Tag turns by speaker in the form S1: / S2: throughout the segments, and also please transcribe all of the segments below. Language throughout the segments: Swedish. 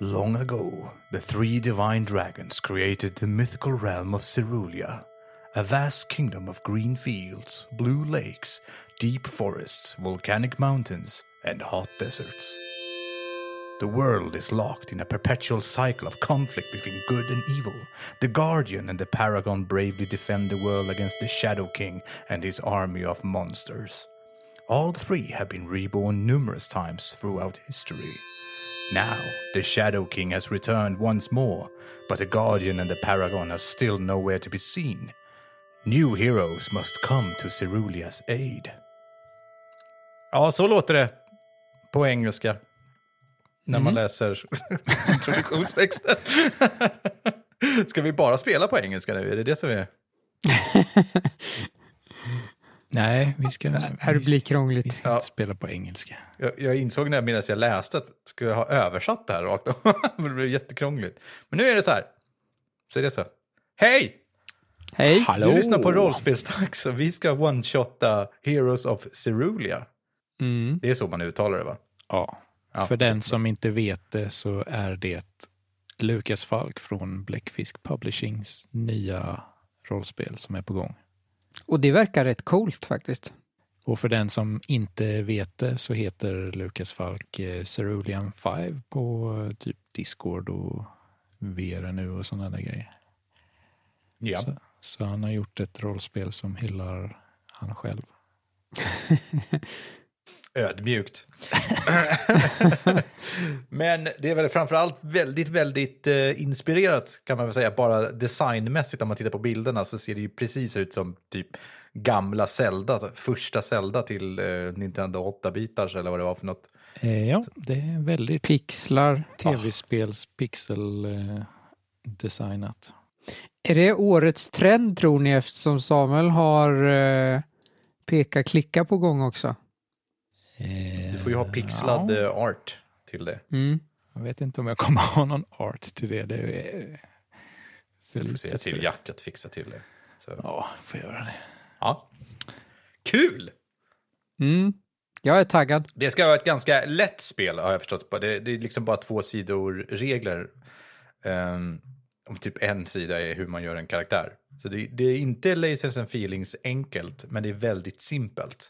S1: Long ago, the three divine dragons created the mythical realm of Cerulia, a vast kingdom of green fields, blue lakes, deep forests, volcanic mountains, and hot deserts. The world is locked in a perpetual cycle of conflict between good and evil. The Guardian and the Paragon bravely defend the world against the Shadow King and his army of monsters. All three have been reborn numerous times throughout history. Now, the Shadow King has returned once more, but the Guardian and the Paragon are still nowhere to be seen. New heroes must come to Ceruleas aid. Ja, så låter det på engelska. När man läser introduktionstexten. Ska vi bara spela på engelska nu? Är det det som är...
S2: Nej, vi ska,
S3: Det här
S2: vi,
S3: blir
S2: vi
S3: krångligt.
S2: ska
S1: Ja.
S2: inte spela på engelska.
S1: Jag, jag insåg när jag medan jag läste att skulle jag ha översatt det här rakt av. Men det blev jättekrångligt. Men nu är det så här. Säg det så. Hej!
S3: Hej!
S1: Du lyssnar på Rollspelsdags och vi ska one-shotta Heroes of Cerulia.
S2: Mm.
S1: Det är så man uttalar det va?
S2: Ja.
S1: Ja.
S2: För den som inte vet det så är det Lukas Falk från Bläckfisk Publishings nya rollspel som är på gång.
S3: Och det verkar rätt coolt faktiskt.
S2: Och för den som inte vet det så heter Lukas Falk eh, Cerulean 5 på eh, typ Discord och VRNU och sådana där grejer.
S1: Ja.
S2: Så, så han har gjort ett rollspel som hyllar han själv.
S1: Ödmjukt. Men det är väl framförallt väldigt, väldigt eh, inspirerat kan man väl säga. Bara designmässigt om man tittar på bilderna så ser det ju precis ut som typ gamla Zelda, alltså första Zelda till eh, Nintendo 8-bitars eller vad det var för något.
S2: Eh, ja, det är väldigt
S3: Pixlar.
S2: tv-spels pixel eh, designat.
S3: Är det årets trend tror ni eftersom Samuel har eh, peka-klicka på gång också?
S2: Eh,
S1: Du får ju ha pixlad
S2: ja,
S1: eh, art till det.
S3: Mm.
S2: jag vet inte om jag kommer ha någon art till det. det är, ser
S1: Du får
S2: lite
S1: se till
S2: efter.
S1: Jack att fixa till det. Så.
S2: Ja, får göra det.
S1: Ja. Kul!
S3: Mm. Jag är taggad.
S1: Det ska vara ett ganska lätt spel har jag förstått. på. Det, det är liksom bara två sidor regler. Ehm, om typ en sida är hur man gör en karaktär. Så det, det är inte Lasers and Feelings enkelt, men det är väldigt simpelt.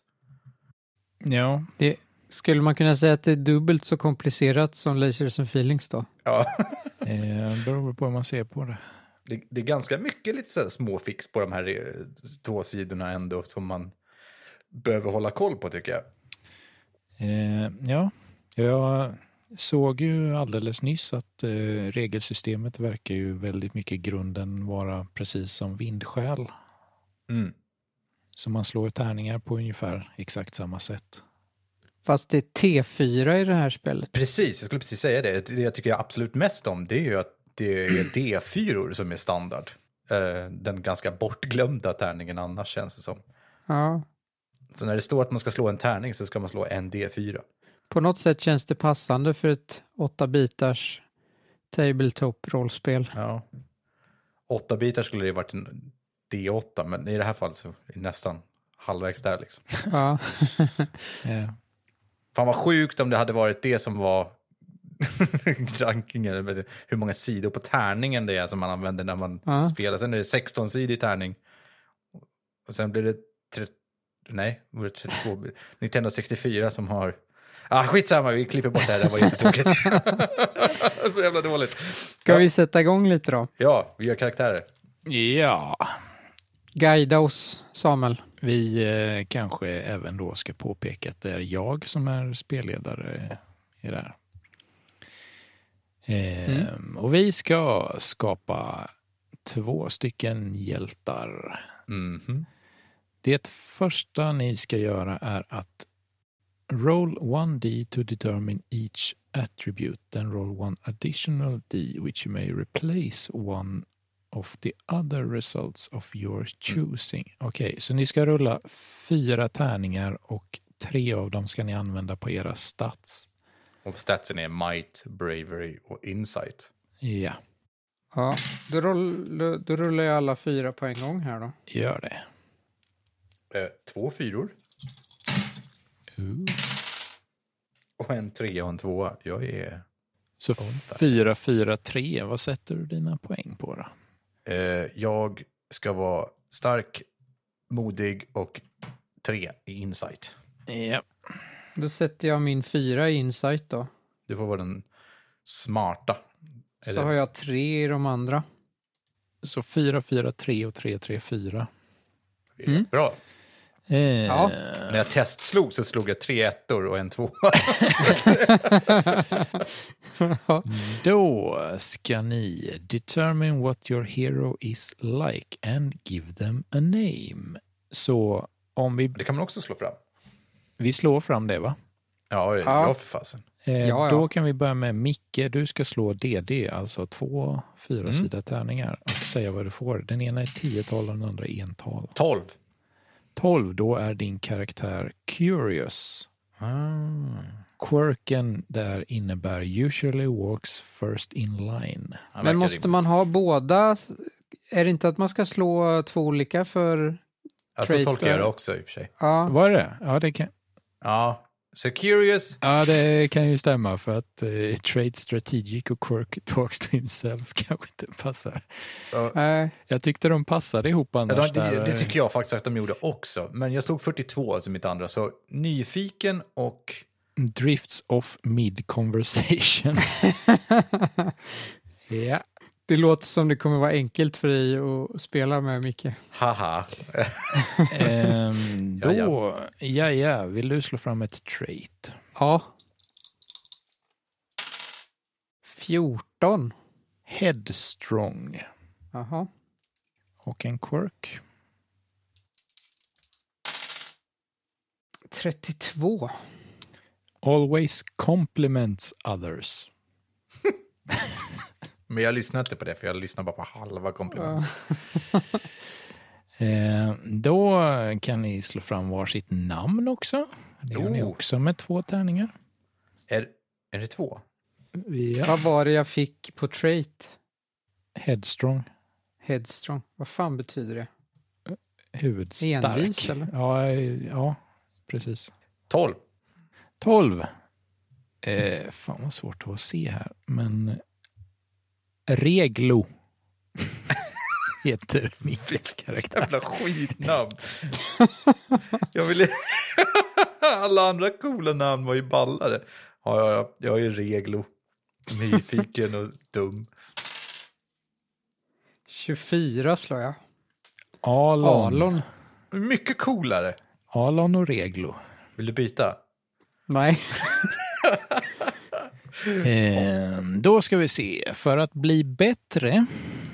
S2: Ja,
S3: Det, skulle man kunna säga att det är dubbelt så komplicerat som Lasers and Feelings då?
S1: Ja.
S2: eh, beror väl på hur man ser på det.
S1: Det, det är ganska mycket lite så här små fix på de här eh, två sidorna ändå som man behöver hålla koll på tycker jag.
S2: Eh, ja, jag såg ju alldeles nyss att eh, regelsystemet verkar ju väldigt mycket i grunden vara precis som vindskäl.
S1: Mm.
S2: Så man slår tärningar på ungefär exakt samma sätt.
S3: Fast det är T4 i det här spelet.
S1: Precis, jag skulle precis säga det. Det jag tycker jag absolut mest om det är ju att det är D4 som är standard. Eh, Den ganska bortglömda tärningen annars känns det som.
S3: Ja.
S1: Så när det står att man ska slå en tärning så ska man slå en D4.
S3: På något sätt känns det passande för ett 8-bitars tabletop-rollspel.
S1: Ja. Åtta bitar skulle det varit en D8, men i det här fallet så är det nästan halvvägs där liksom.
S3: Ja.
S2: Eh,
S1: Fan vad sjukt om det hade varit det som var rankingen, eller hur många sidor på tärningen det är som man använder när man
S3: Ja.
S1: spelar. Sen är det 16-sidig tärning. Och sen blir det... Tre... Nej, var det 32? Nintendo 64 som har... Ah, skitsamma, vi klipper bort det här, det här var jättetokigt. Så jävla dåligt.
S3: Ska vi sätta igång lite då?
S1: Ja, vi gör karaktärer.
S2: ja,
S3: Guida oss, Samuel.
S2: vi eh, kanske även då ska påpeka att det är jag som är spelledare i det här. Eh, Och vi ska skapa två stycken hjältar.
S1: Mhm.
S2: Det första ni ska göra är att roll 1D to determine each attribute, then roll 1 additional D which you may replace one of the other results of your choosing. Okej, så ni ska rulla fyra tärningar och tre av dem ska ni använda på era stats.
S1: Och statsen är Might, Bravery och Insight.
S2: Ja.
S3: Ja, då, roll, då rullar jag alla fyra på en gång här då.
S2: Gör det.
S1: Eh, två fyror
S2: Ooh.
S1: och en trea och en tvåa. Jag är...
S2: Så 4-4-3, vad sätter du dina poäng på då?
S1: Eh, jag ska vara stark, modig och tre i insight.
S2: Ja.
S3: Då sätter jag min fyra i insight då.
S1: Du får vara den smarta.
S3: Så
S1: Eller-
S3: har jag tre i de andra.
S2: Så 4-4-3 och 3-3-4.
S3: Mm.
S1: Bra.
S2: Eh,
S3: Ja.
S1: När jag testslog så slog jag tre ettor och en tvåa.
S2: Då ska ni determine what your hero is like and give them a name. Så om vi,
S1: Det kan man också slå fram.
S2: vi slår fram det va?
S1: Ja, ja.
S3: Ja.
S1: ja för fasen.
S2: Eh,
S3: Ja, ja.
S2: Då kan vi börja med Micke. Du ska slå DD, alltså två fyra
S3: Mm.
S2: sida tärningar och säga vad du får. Den ena är 10-tal och den andra är ental.
S1: Tolv.
S2: 12, då är din karaktär curious.
S3: Ah.
S2: Quirken där innebär usually walks first in line.
S1: Han verkar
S3: Men måste
S1: rimlig.
S3: man ha båda? Är det inte att man ska slå två olika för...
S1: Ja, så tolkar jag det
S3: traitor?
S1: också i och för sig.
S3: Ja,
S2: Var det ja, det? Kan,
S1: Ja, så curious.
S2: ja, det kan ju stämma för att eh, trade strategic och quirk talks to himself kanske inte passar.
S3: nej.
S2: Jag tyckte de passade ihop annars.
S1: Ja, de- det,
S2: där,
S1: det
S2: eh,
S1: tycker jag faktiskt att de gjorde också. Men jag slog 42, alltså mitt andra. Så nyfiken och...
S2: Drifts off mid conversation. ja.
S3: det låter som det kommer vara enkelt för dig att spela med, Micke.
S1: Haha.
S2: Ehm,
S1: Ja, ja.
S2: då, ja, ja, vill du slå fram ett trait?
S3: Ja. 14.
S2: Headstrong.
S3: Jaha.
S2: Och en quirk.
S3: 32.
S2: Always compliments others.
S1: Men jag lyssnar inte på det, för jag lyssnar bara på halva komplimangen.
S2: Eh, då kan ni slå fram varsitt namn också. Det gör ni
S1: Oh.
S2: också med två tärningar.
S1: Är, är det två?
S2: Ja.
S3: Vad var det jag fick på trait?
S2: Headstrong.
S3: Headstrong. Vad fan betyder det?
S2: Huvudstark.
S3: Envis, eller?
S2: Ja, eh, ja, precis.
S1: Tolv.
S2: 12. Eh, fan vad svårt det var att se här, men... Reglo. heter Mickes karaktär.
S1: Jävla skitnamn. jag ville... Alla andra coola namn var ju ballare. Ja, ja, ja. Jag är ju reglo. Nyfiken och dum.
S3: 24 slår jag.
S2: Alon.
S3: Alon.
S1: Mycket coolare.
S2: Alon och Reglo.
S1: Vill du byta?
S3: Nej.
S2: Eh, då ska vi se. För att bli bättre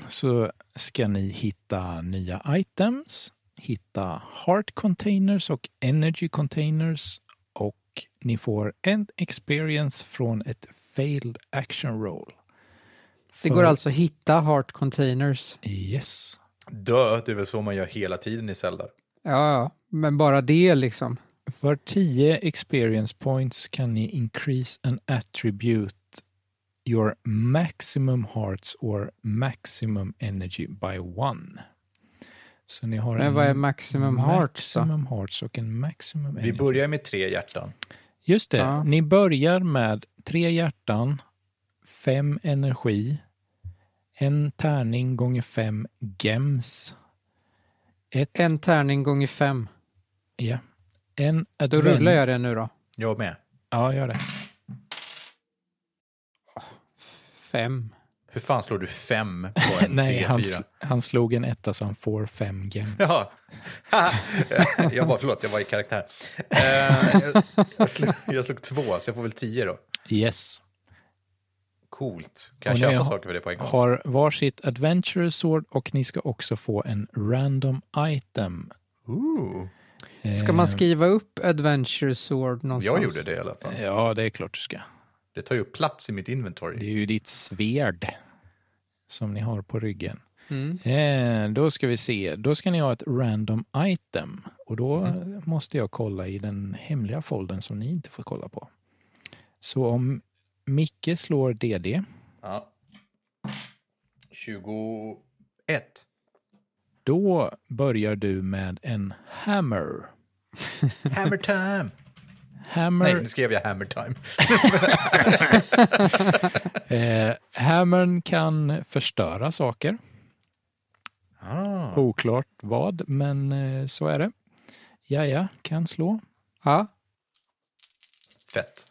S2: så ska ni hitta nya items, hitta heart containers och energy containers och ni får en experience från ett failed action roll. För-
S3: Det går alltså att hitta heart containers.
S2: Yes.
S1: Dö, det är väl så man gör hela tiden i Zelda.
S3: Ja, ja. Men bara det liksom.
S2: För 10 experience points kan ni increase an attribute your maximum hearts or maximum energy by one. Så ni har
S3: Men
S2: en
S3: vad är maximum
S1: Mm.
S3: hearts då?
S2: maximum hearts och en maximum
S1: Vi
S2: energy.
S1: börjar med tre hjärtan.
S2: Just det,
S3: Ja.
S2: ni börjar med tre hjärtan, fem energi, en tärning gånger fem gems. Ett,
S3: En tärning gånger fem.
S2: ja, en
S3: Då
S2: advent-
S3: rullar jag det nu då.
S1: Jag med.
S2: Ja, gör det.
S3: Fem.
S1: Hur fan slår du fem på en
S2: Nej,
S1: D4?
S2: han, sl- han slog en etta så han får fem gems.
S1: Jaha. jag var, förlåt, jag var i karaktär. Eh, jag, jag, slog, jag slog två, så jag får väl tio då.
S2: Yes.
S1: Coolt. Kan jag
S2: Och
S1: köpa
S2: ni har-
S1: saker för det på en gång?
S2: Har varsitt adventure sword och ni ska också få en random item. Eh,
S1: Ooh.
S3: Ska man skriva upp Adventure Sword någonstans?
S1: Eh. Jag gjorde det i alla fall.
S2: Ja, det är klart du ska.
S1: Det tar ju upp plats i mitt inventory.
S2: Det är ju ditt svärd som ni har på ryggen.
S3: Mm.
S2: Eh, då ska vi se. Då ska ni ha ett random item. Och då måste jag kolla i den hemliga foldern som ni inte får kolla på. Så om Micke slår DD
S1: Ja. 21.
S2: Då börjar du med en hammer.
S1: Hammer time!
S2: Hammer,
S1: Nej, nu skrev jag hammer time.
S2: eh, hammern kan förstöra saker.
S1: Ah,
S2: Oklart vad, men eh, så är det. Jaja, kan slå.
S3: Ja,
S1: fett.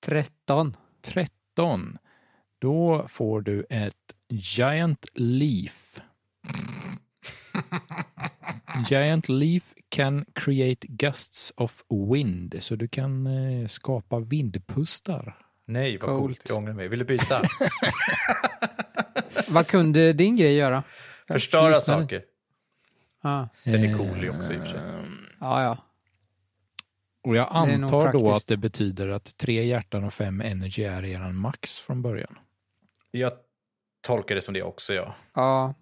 S3: 13.
S2: 13. Då får du ett Giant Leaf. Giant Leaf can create gusts of wind, så du kan eh, skapa vindpustar.
S1: Nej, vad coolt.
S3: Coolt.
S1: Jag ångrar mig. Vill du byta?
S3: Vad kunde din grej göra?
S1: Förstöra
S3: Lyssna.
S1: saker.
S3: Ja,
S1: Den är
S2: Eh,
S1: cool också i och för sig.
S3: ja. ja.
S2: Och jag
S3: är nog
S2: antar då
S3: praktiskt.
S2: att det betyder att tre hjärtan och fem energy är eran max från början.
S1: Jag tolkar det som det också, ja.
S3: Ja,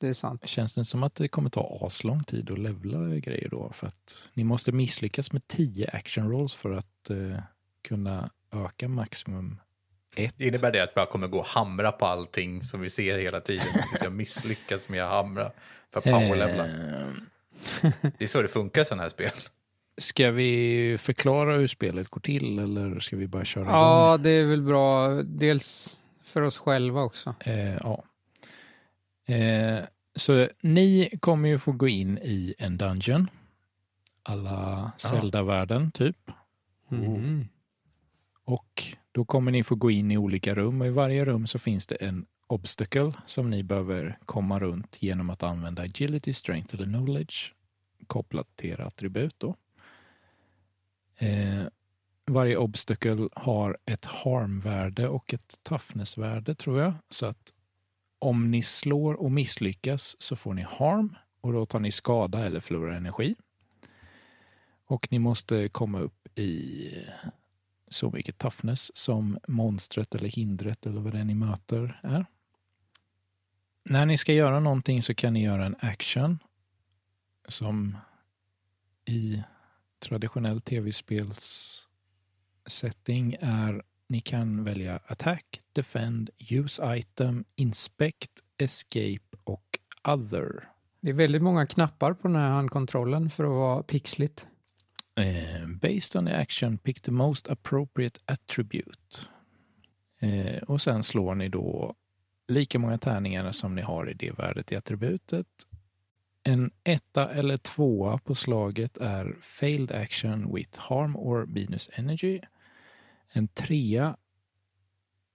S3: det är sant.
S2: Känns det som att det kommer ta aslång tid att levla grejer då? För att ni måste misslyckas med 10 action rolls för att eh, kunna öka maximum ett.
S1: Det innebär det att jag kommer gå och hamra på allting som vi ser hela tiden tills jag misslyckas med att hamra för att powerlevla.
S2: Eh,
S1: Det är så det funkar i sådana här spel.
S2: Ska vi förklara hur spelet går till eller ska vi bara köra igång?
S3: Ja, det är väl bra. Dels för oss själva också.
S2: Eh, ja. eh, så ni kommer ju få gå in i en dungeon. Alla Zelda-världen, typ.
S3: Mhm.
S2: Och då kommer ni få gå in i olika rum och i varje rum så finns det en obstacle som ni behöver komma runt genom att använda agility, strength eller knowledge kopplat till era attribut. Då. Eh, varje obstacle har ett harmvärde och ett toughnessvärde tror jag. Så att om ni slår och misslyckas så får ni harm och då tar ni skada eller förlorar energi. Och ni måste komma upp i så mycket toughness som monstret eller hindret eller vad det är ni möter är. När ni ska göra någonting så kan ni göra en action som i traditionell tv-spels setting är ni kan välja attack, defend, use item, inspect, escape och other.
S3: Det är väldigt många knappar på den här handkontrollen för att vara pixligt.
S2: Eh, based on the action, pick the most appropriate attribute. Eh, och sen slår ni då lika många tärningar som ni har i det värdet i attributet. En etta eller tvåa på slaget är failed action with harm or minus energy. En trea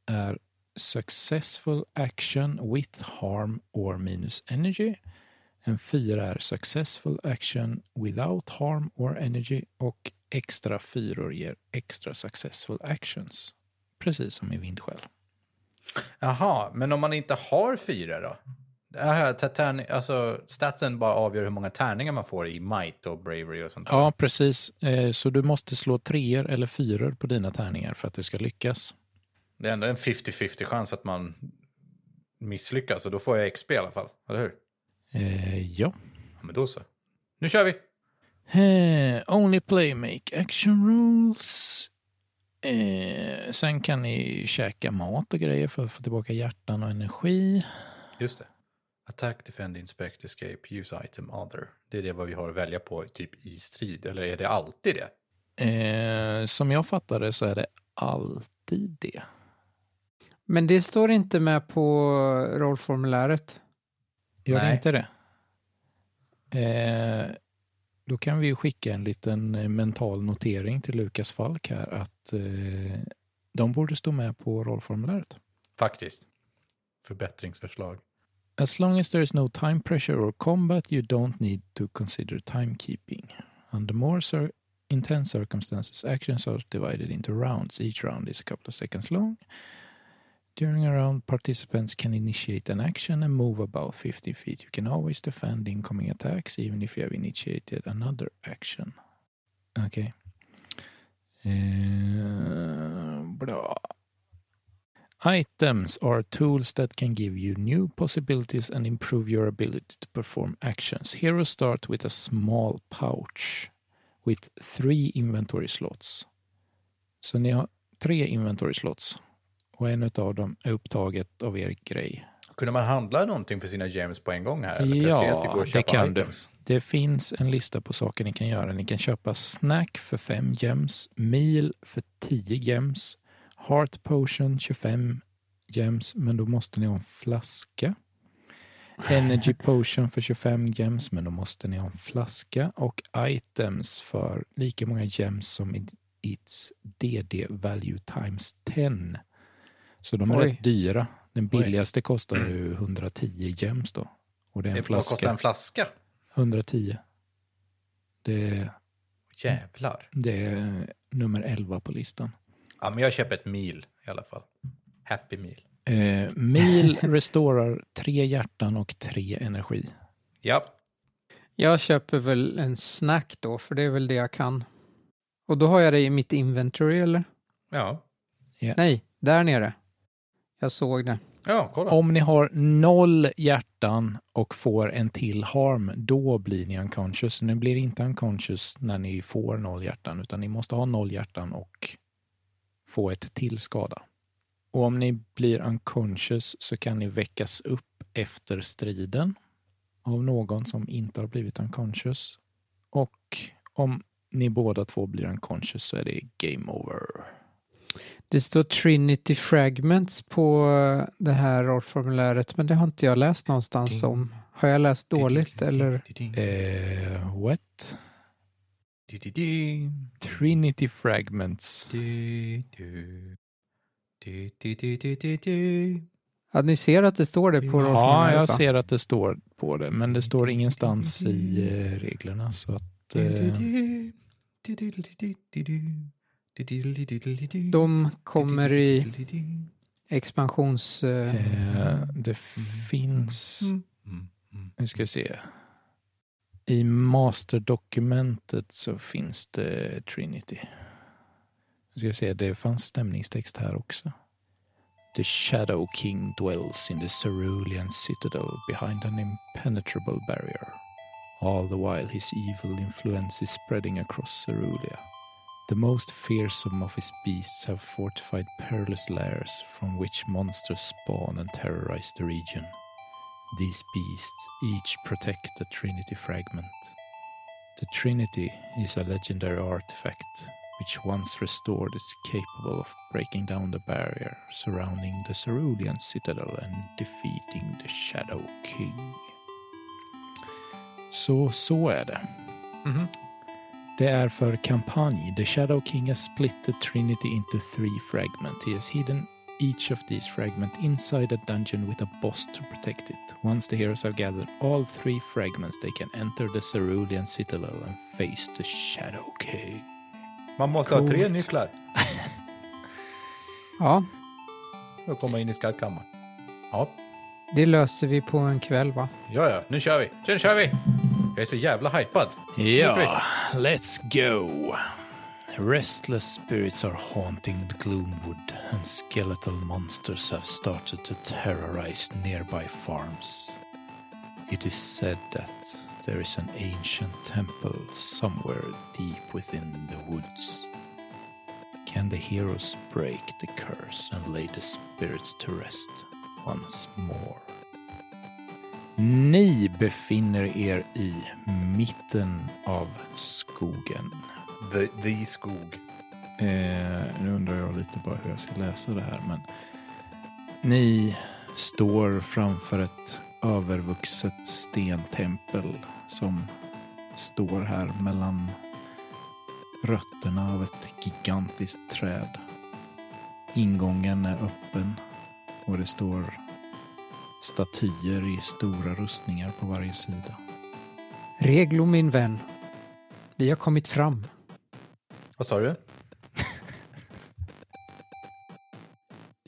S2: är successful action with harm or minus energy. En fyra är Successful Action Without Harm or Energy och extra fyror ger extra Successful Actions. Precis som i Vindskäl.
S1: Jaha, men om man inte har fyra då? Det här, ta- tärning, alltså, statsen bara avgör hur många tärningar man får i might och bravery och sånt där.
S2: Ja, precis. Eh, Så du måste slå treor eller fyror på dina tärningar för att det ska lyckas.
S1: Det är ändå en 50-50 chans att man misslyckas och då får jag XP i alla fall, eller hur?
S2: Eh, Ja.
S1: Ja, men då så. Nu kör vi!
S2: Eh, only play make action rules. Eh, sen kan ni käka mat och grejer för att få tillbaka hjärtan och energi.
S1: Just det. Attack, defend, inspect, escape, use item, other. Det är det vad vi har att välja på typ i strid, eller är det alltid det?
S2: Eh, som jag fattar det så är det alltid det.
S3: Men det står inte med på rollformuläret.
S2: Gör det
S1: Nej.
S2: inte det? Eh, då kan vi ju skicka en liten eh, mental notering till Lukas Falk här att eh, de borde stå med på rollformuläret.
S1: Faktiskt. Förbättringsförslag.
S2: As long as there is no time pressure or combat you don't need to consider timekeeping. Under more cir- intense circumstances actions are divided into rounds. Each round is a couple of seconds long. During a round participants can initiate an action and move about 50 feet. You can always defend incoming attacks even if you have initiated another action. Okej. Okay. bra. Items are tools that can give you new possibilities and improve your ability to perform actions. Heroes start with a small pouch with three inventory slots. Så ni har tre inventory slots Och en av dem är upptaget av er grej.
S1: Kunde man handla någonting för sina gems på en gång här? Eller
S2: Ja,
S1: plötsligt att det, går att
S2: det
S1: köpa
S2: kan du.
S1: items?
S2: Det finns en lista på saker ni kan göra. Ni kan köpa snack för 5 gems, meal för 10 gems, heart potion 25 gems, men då måste ni ha en flaska. Energy potion för 25 gems, men då måste ni ha en flaska. Och items för lika många gems som i its DD value times 10. Så de är
S3: Oj.
S2: rätt dyra. Den billigaste kostar ju 110 gems då. Och det är en
S1: Det får
S2: flaska.
S1: kosta en flaska.
S2: 110. Det,
S1: Jävlar.
S2: det är nummer 11 på listan.
S1: Ja, men jag köper ett mil i alla fall. Happy meal.
S2: Eh, Mil restorar tre hjärtan och tre energi.
S1: Ja,
S3: Jag köper väl en snack då, för det är väl det jag kan. Och då har jag det i mitt inventory, eller?
S1: ja,
S3: Nej, där nere. Jag såg det.
S1: ja, kolla.
S2: Om ni har noll hjärtan och får en till harm, då blir ni unconscious. Ni blir inte unconscious när ni får noll hjärtan, utan ni måste ha noll hjärtan och få ett till skada. Och om ni blir unconscious så kan ni väckas upp efter striden av någon som inte har blivit unconscious. Och om ni båda två blir unconscious så är det game over.
S3: Det står Trinity Fragments på eh, det här rollformuläret, men det har inte jag läst någonstans
S1: Ding.
S3: om. Har jag läst dåligt, eller?
S2: Eh, what?
S1: Du, du, du,
S2: Trinity fragments.
S1: du, du. Du, du, du, du, du, du.
S3: Ja, ni ser att det står det på
S1: Ja,
S2: Ja,
S3: rollformuläret, va?
S2: jag ser att det står på det, men det står ingenstans i eh, reglerna. Så att,
S1: Du, du,
S2: eh,
S1: du. Du, du, du, du, du, du. Du, du, du, du, du, du.
S3: De kommer
S1: Du,
S3: i
S1: du, du, du, du.
S3: expansions... eh,
S2: eh, det finns,
S1: Mm, mm, mm.
S2: nu ska vi se. I masterdokumentet så finns det Trinity. Nu ska vi se, det fanns stämningstext här också. The Shadow King dwells in the cerulean citadel behind an impenetrable barrier. All the while his evil influence is spreading across Cerulia. The most fearsome of his beasts have fortified perilous lairs from which monsters spawn and terrorize the region. These beasts each protect a Trinity fragment. The Trinity is a legendary artifact which, once restored, is capable of breaking down the barrier surrounding the Cerulean citadel and defeating the Shadow King. Så, så är det.
S1: Mhm.
S2: Det är för kampanj. The Shadow King has split the Trinity into three fragments. He has hidden each of these fragments inside a dungeon with a boss to protect it. Once the heroes have gathered all three fragments, they can enter the Cerulean Citadel and face the Shadow King.
S1: Man måste ha tre
S2: Coolt.
S1: nycklar
S3: Ja,
S1: för att komma in i skattkammaren. Ja,
S3: det löser vi på en kväll, va?
S1: ja, ja, nu kör vi. Nu kör vi! Jag är så jävla hypad.
S2: Yeah, let's go. Restless spirits are haunting the Gloomwood, and skeletal monsters have started to terrorize nearby farms. It is said that there is an ancient temple somewhere deep within the woods. Can the heroes break the curse and lay the spirits to rest once more? Ni befinner er i mitten av skogen.
S1: The, the skog.
S2: Eh, nu undrar jag lite bara hur jag ska läsa det här, men ni står framför ett övervuxet stentempel som står här mellan rötterna av ett gigantiskt träd. Ingången är öppen och det står statyer i stora rustningar på varje sida.
S3: Reglo, min vän. Vi har kommit fram.
S1: Vad sa du?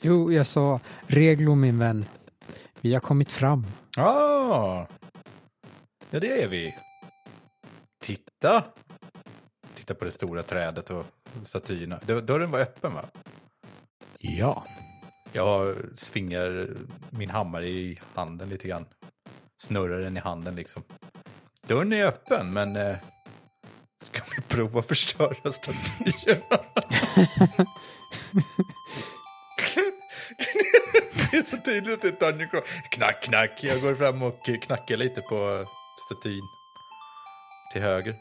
S3: Jo, jag sa Reglo, min vän. Vi har kommit fram.
S1: Ja! Ja, det är vi. Titta! Titta på det stora trädet och statyerna. Dör- Dörren var öppen, va?
S2: Ja,
S1: Jag svingar min hammare i handen lite grann. Snurrar den i handen liksom. Dörren är öppen, men... Eh, ska vi prova att förstöra statyerna? är så tydligt att det är Dungeon Crawl. Knack, knack. Jag går fram och knackar lite på statyn. Till höger.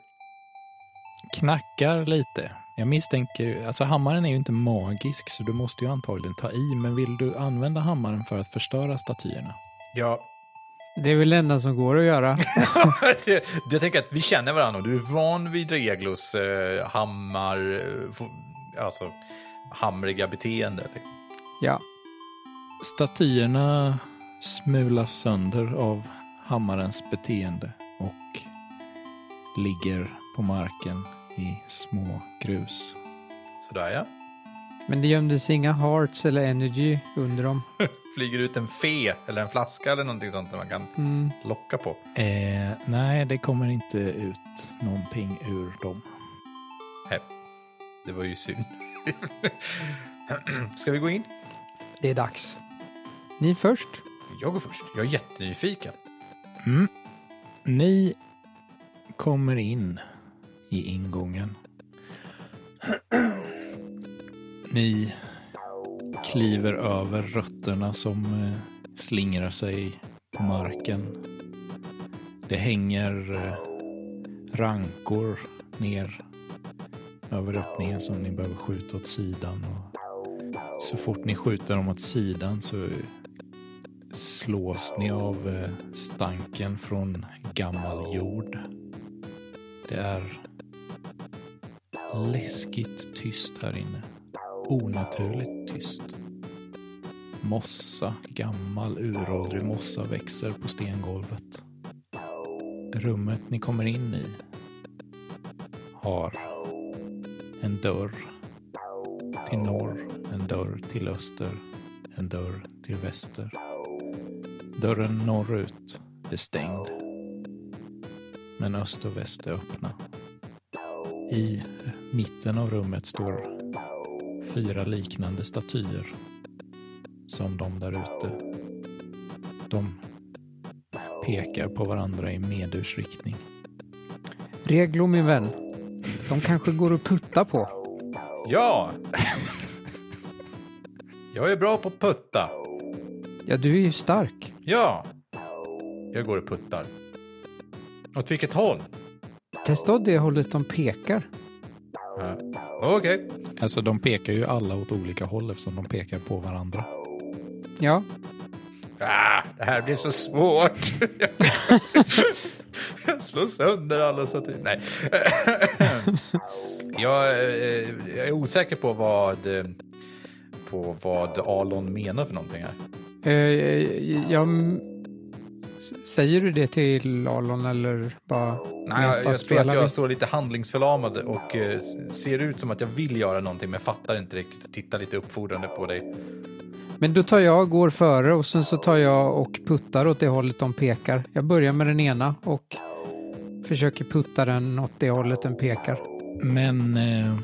S2: Knackar lite. Jag misstänker, alltså hammaren är ju inte magisk så du måste ju antagligen ta i, men vill du använda hammaren för att förstöra statyerna?
S1: Ja.
S3: Det är väl det enda som går att göra.
S1: Det- jag tänker att vi känner varandra. Du är van vid Reglos eh, hammar... eh, fo- Alltså, hamriga beteende.
S3: ja.
S2: Statyerna smulas sönder av hammarens beteende och ligger på marken i små grus.
S1: Sådär ja.
S3: Men det gömdes inga hearts eller energy under dem.
S1: Flyger ut en fe eller en flaska eller någonting sånt där man kan
S3: Mm.
S1: locka på.
S2: Eh, nej, det kommer inte ut någonting ur dem.
S1: Hej. Det var ju synd. Ska vi gå in?
S3: Det är dags. Ni först.
S1: Jag går först. Jag är jättenyfiken.
S2: Ni kommer in i ingången. Ni kliver över rötterna som eh, slingrar sig på marken. Det hänger eh, rankor ner över öppningen som ni behöver skjuta åt sidan. Och så fort ni skjuter dem åt sidan så slås ni av eh, stanken från gammal jord. Det är läskigt tyst här inne. Onaturligt tyst. Mossa, gammal uråldrig mossa växer på stengolvet. Rummet ni kommer in i har en dörr till norr, en dörr till öster, en dörr till väster. Dörren norrut är stängd. Men öst och väst är öppna. I mitten av rummet står fyra liknande statyer som de där ute. De pekar på varandra i medurs riktning.
S3: Reglo min vän. De kanske går att putta på.
S1: Ja! jag är bra på att putta.
S3: Ja, du är ju stark.
S1: Ja! Jag går och puttar. Åt vilket håll?
S3: Testa åt det hållet de pekar.
S1: Ja. Okej.
S2: Alltså de pekar ju alla åt olika håll eftersom de pekar på varandra.
S3: Ja,
S1: Ah, det här blir så svårt. jag slår sönder alla statyer. Nej. jag, eh, jag är osäker på vad, eh, på vad Alon menar för någonting här.
S3: Eh, jag... s- Säger du det till Alon eller bara
S1: Nej, jag, jag tror
S3: metaspelar
S1: att jag
S3: vi?
S1: står lite handlingsförlamad och eh, s- ser ut som att jag vill göra någonting men fattar inte riktigt och tittar lite uppfordrande på dig.
S3: Men då tar jag och går före och sen så tar jag och puttar åt det hållet de pekar. Jag börjar med den ena och försöker putta den åt det hållet den pekar.
S2: Men eh,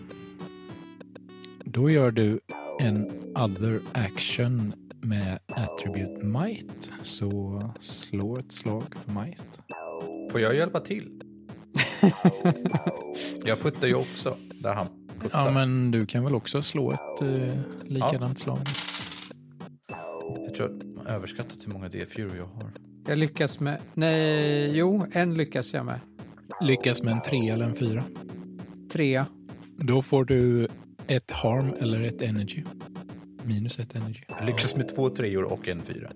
S2: då gör du en other action med attribute might. Så slå ett slag för might.
S1: Får jag hjälpa till? jag puttar ju också där han puttar.
S2: Ja, men du kan väl också slå ett eh, likadant slag?
S1: Jag tror att jag överskattat hur många D4 jag har.
S3: Jag lyckas med... Nej, jo, en lyckas jag med.
S2: Lyckas med en tre eller en fyra.
S3: Trea.
S2: Då får du ett harm eller ett energy. Minus ett energy.
S1: Jag lyckas med två treor och en fyra.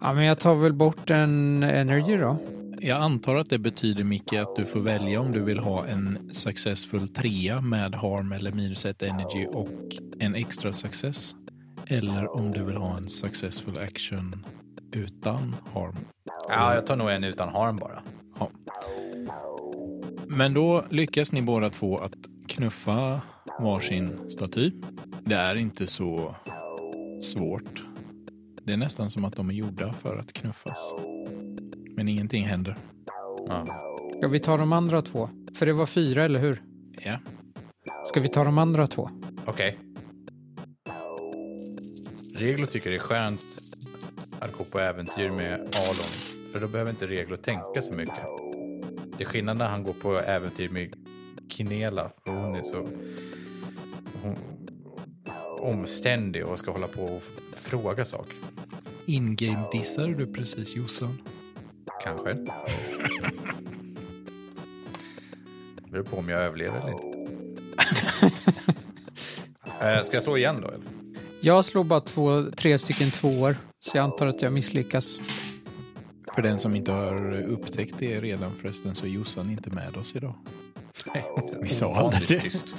S3: Ja, men jag tar väl bort en energy då.
S2: Jag antar att det betyder, Micke, att du får välja om du vill ha en successful trea med harm eller minus ett energy och en extra success. Eller om du vill ha en successful action utan harm.
S1: Ja, jag tar nog en utan harm bara.
S2: Men då lyckas ni båda två att knuffa varsin staty. Det är inte så svårt. Det är nästan som att de är gjorda för att knuffas. Men ingenting händer.
S1: Ja.
S3: Ska vi ta de andra två? För det var fyra, eller hur?
S2: Ja.
S3: Ska vi ta de andra två?
S1: Okej. Reglo tycker det är skönt att gå på äventyr med Alon. För då behöver inte Reglo tänka så mycket. Det är skillnad när han går på äventyr med Kinela. För hon är så hon, omständig och ska hålla på och f- fråga saker.
S2: In-game dissade du precis Jossan?
S1: Kanske. Det beror på om jag överlever eller inte. Eh, Ska jag slå igen då? Eller?
S3: Jag slår bara två, tre stycken tvåor, så jag antar att jag misslyckas.
S2: För den som inte har upptäckt det redan förresten så är Jossan inte med oss idag. Vi sa aldrig
S1: Ovanligt
S2: det.
S1: tyst.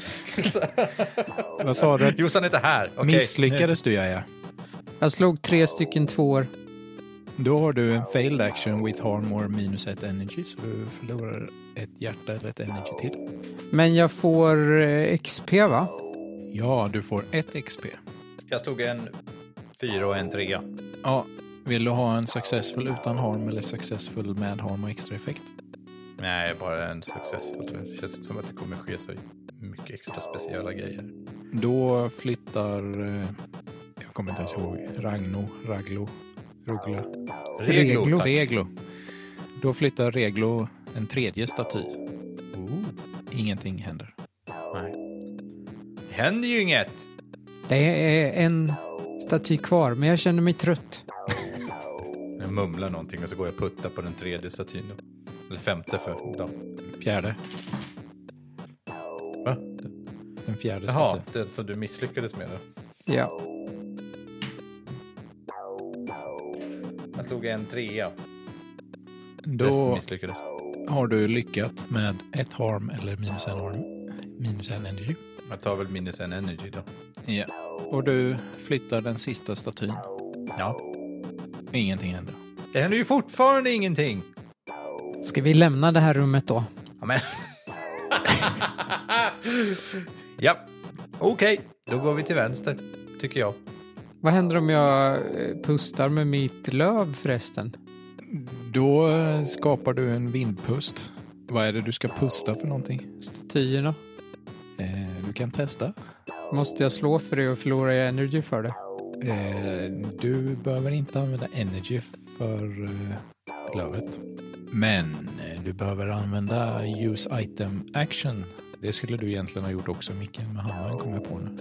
S2: Vad sa du?
S1: Jossan är inte här. Okej.
S2: Misslyckades du Jaja?
S3: Jag slog tre stycken tvåor.
S2: Då har du en failed action with harm or minus ett energy så du förlorar ett hjärta eller ett energy till.
S3: Men jag får eh, XP va?
S2: Ja, du får ett XP.
S1: Jag slog en fyra och en trea.
S2: Ja, vill du ha en successful utan harm eller successful med harm och extra effekt?
S1: Nej, bara en successful. tror jag. Det känns inte som att det kommer ske så mycket extra speciella grejer.
S2: Då flyttar, eh, jag kommer inte ens ihåg, Ragno, Raglo, Rugla,
S1: Reglo,
S3: Reglo.
S1: tack.
S2: Reglo. Då flyttar Reglo en tredje staty. Ingenting händer.
S1: Nej. Det händer ju inget.
S3: Det är en staty kvar, men jag känner mig trött.
S1: Jag mumlar någonting och så går jag och puttar på den tredje statyn. då. Eller femte för dagen.
S2: Fjärde,
S1: Va?
S2: den fjärde
S1: Jaha,
S2: statyn.
S1: den som du misslyckades med då.
S3: Ja.
S1: Jag slog en trea. Resten
S2: Då
S1: misslyckades.
S2: har du lyckat med ett harm eller minus en harm, minus en energy.
S1: Jag tar väl minus en energy då.
S2: Ja. Och du flyttar den sista statyn.
S1: Ja.
S2: Ingenting händer.
S1: Det händer ju fortfarande ingenting.
S3: Ska vi lämna det här rummet då?
S1: Ja, men. ja, okej. Då går vi till vänster, tycker jag.
S3: Vad händer om jag eh, pustar med mitt löv förresten?
S2: Då eh, skapar du en vindpust. Vad är det du ska pusta för någonting?
S3: Statyerna?
S2: Eh, du kan testa.
S3: Måste jag slå för det och förlorar jag energy för det?
S2: Eh, du behöver inte använda energy för eh, lövet. Men eh, du behöver använda use item action. Det skulle du egentligen ha gjort också Micke, med hammaren kom jag på nu.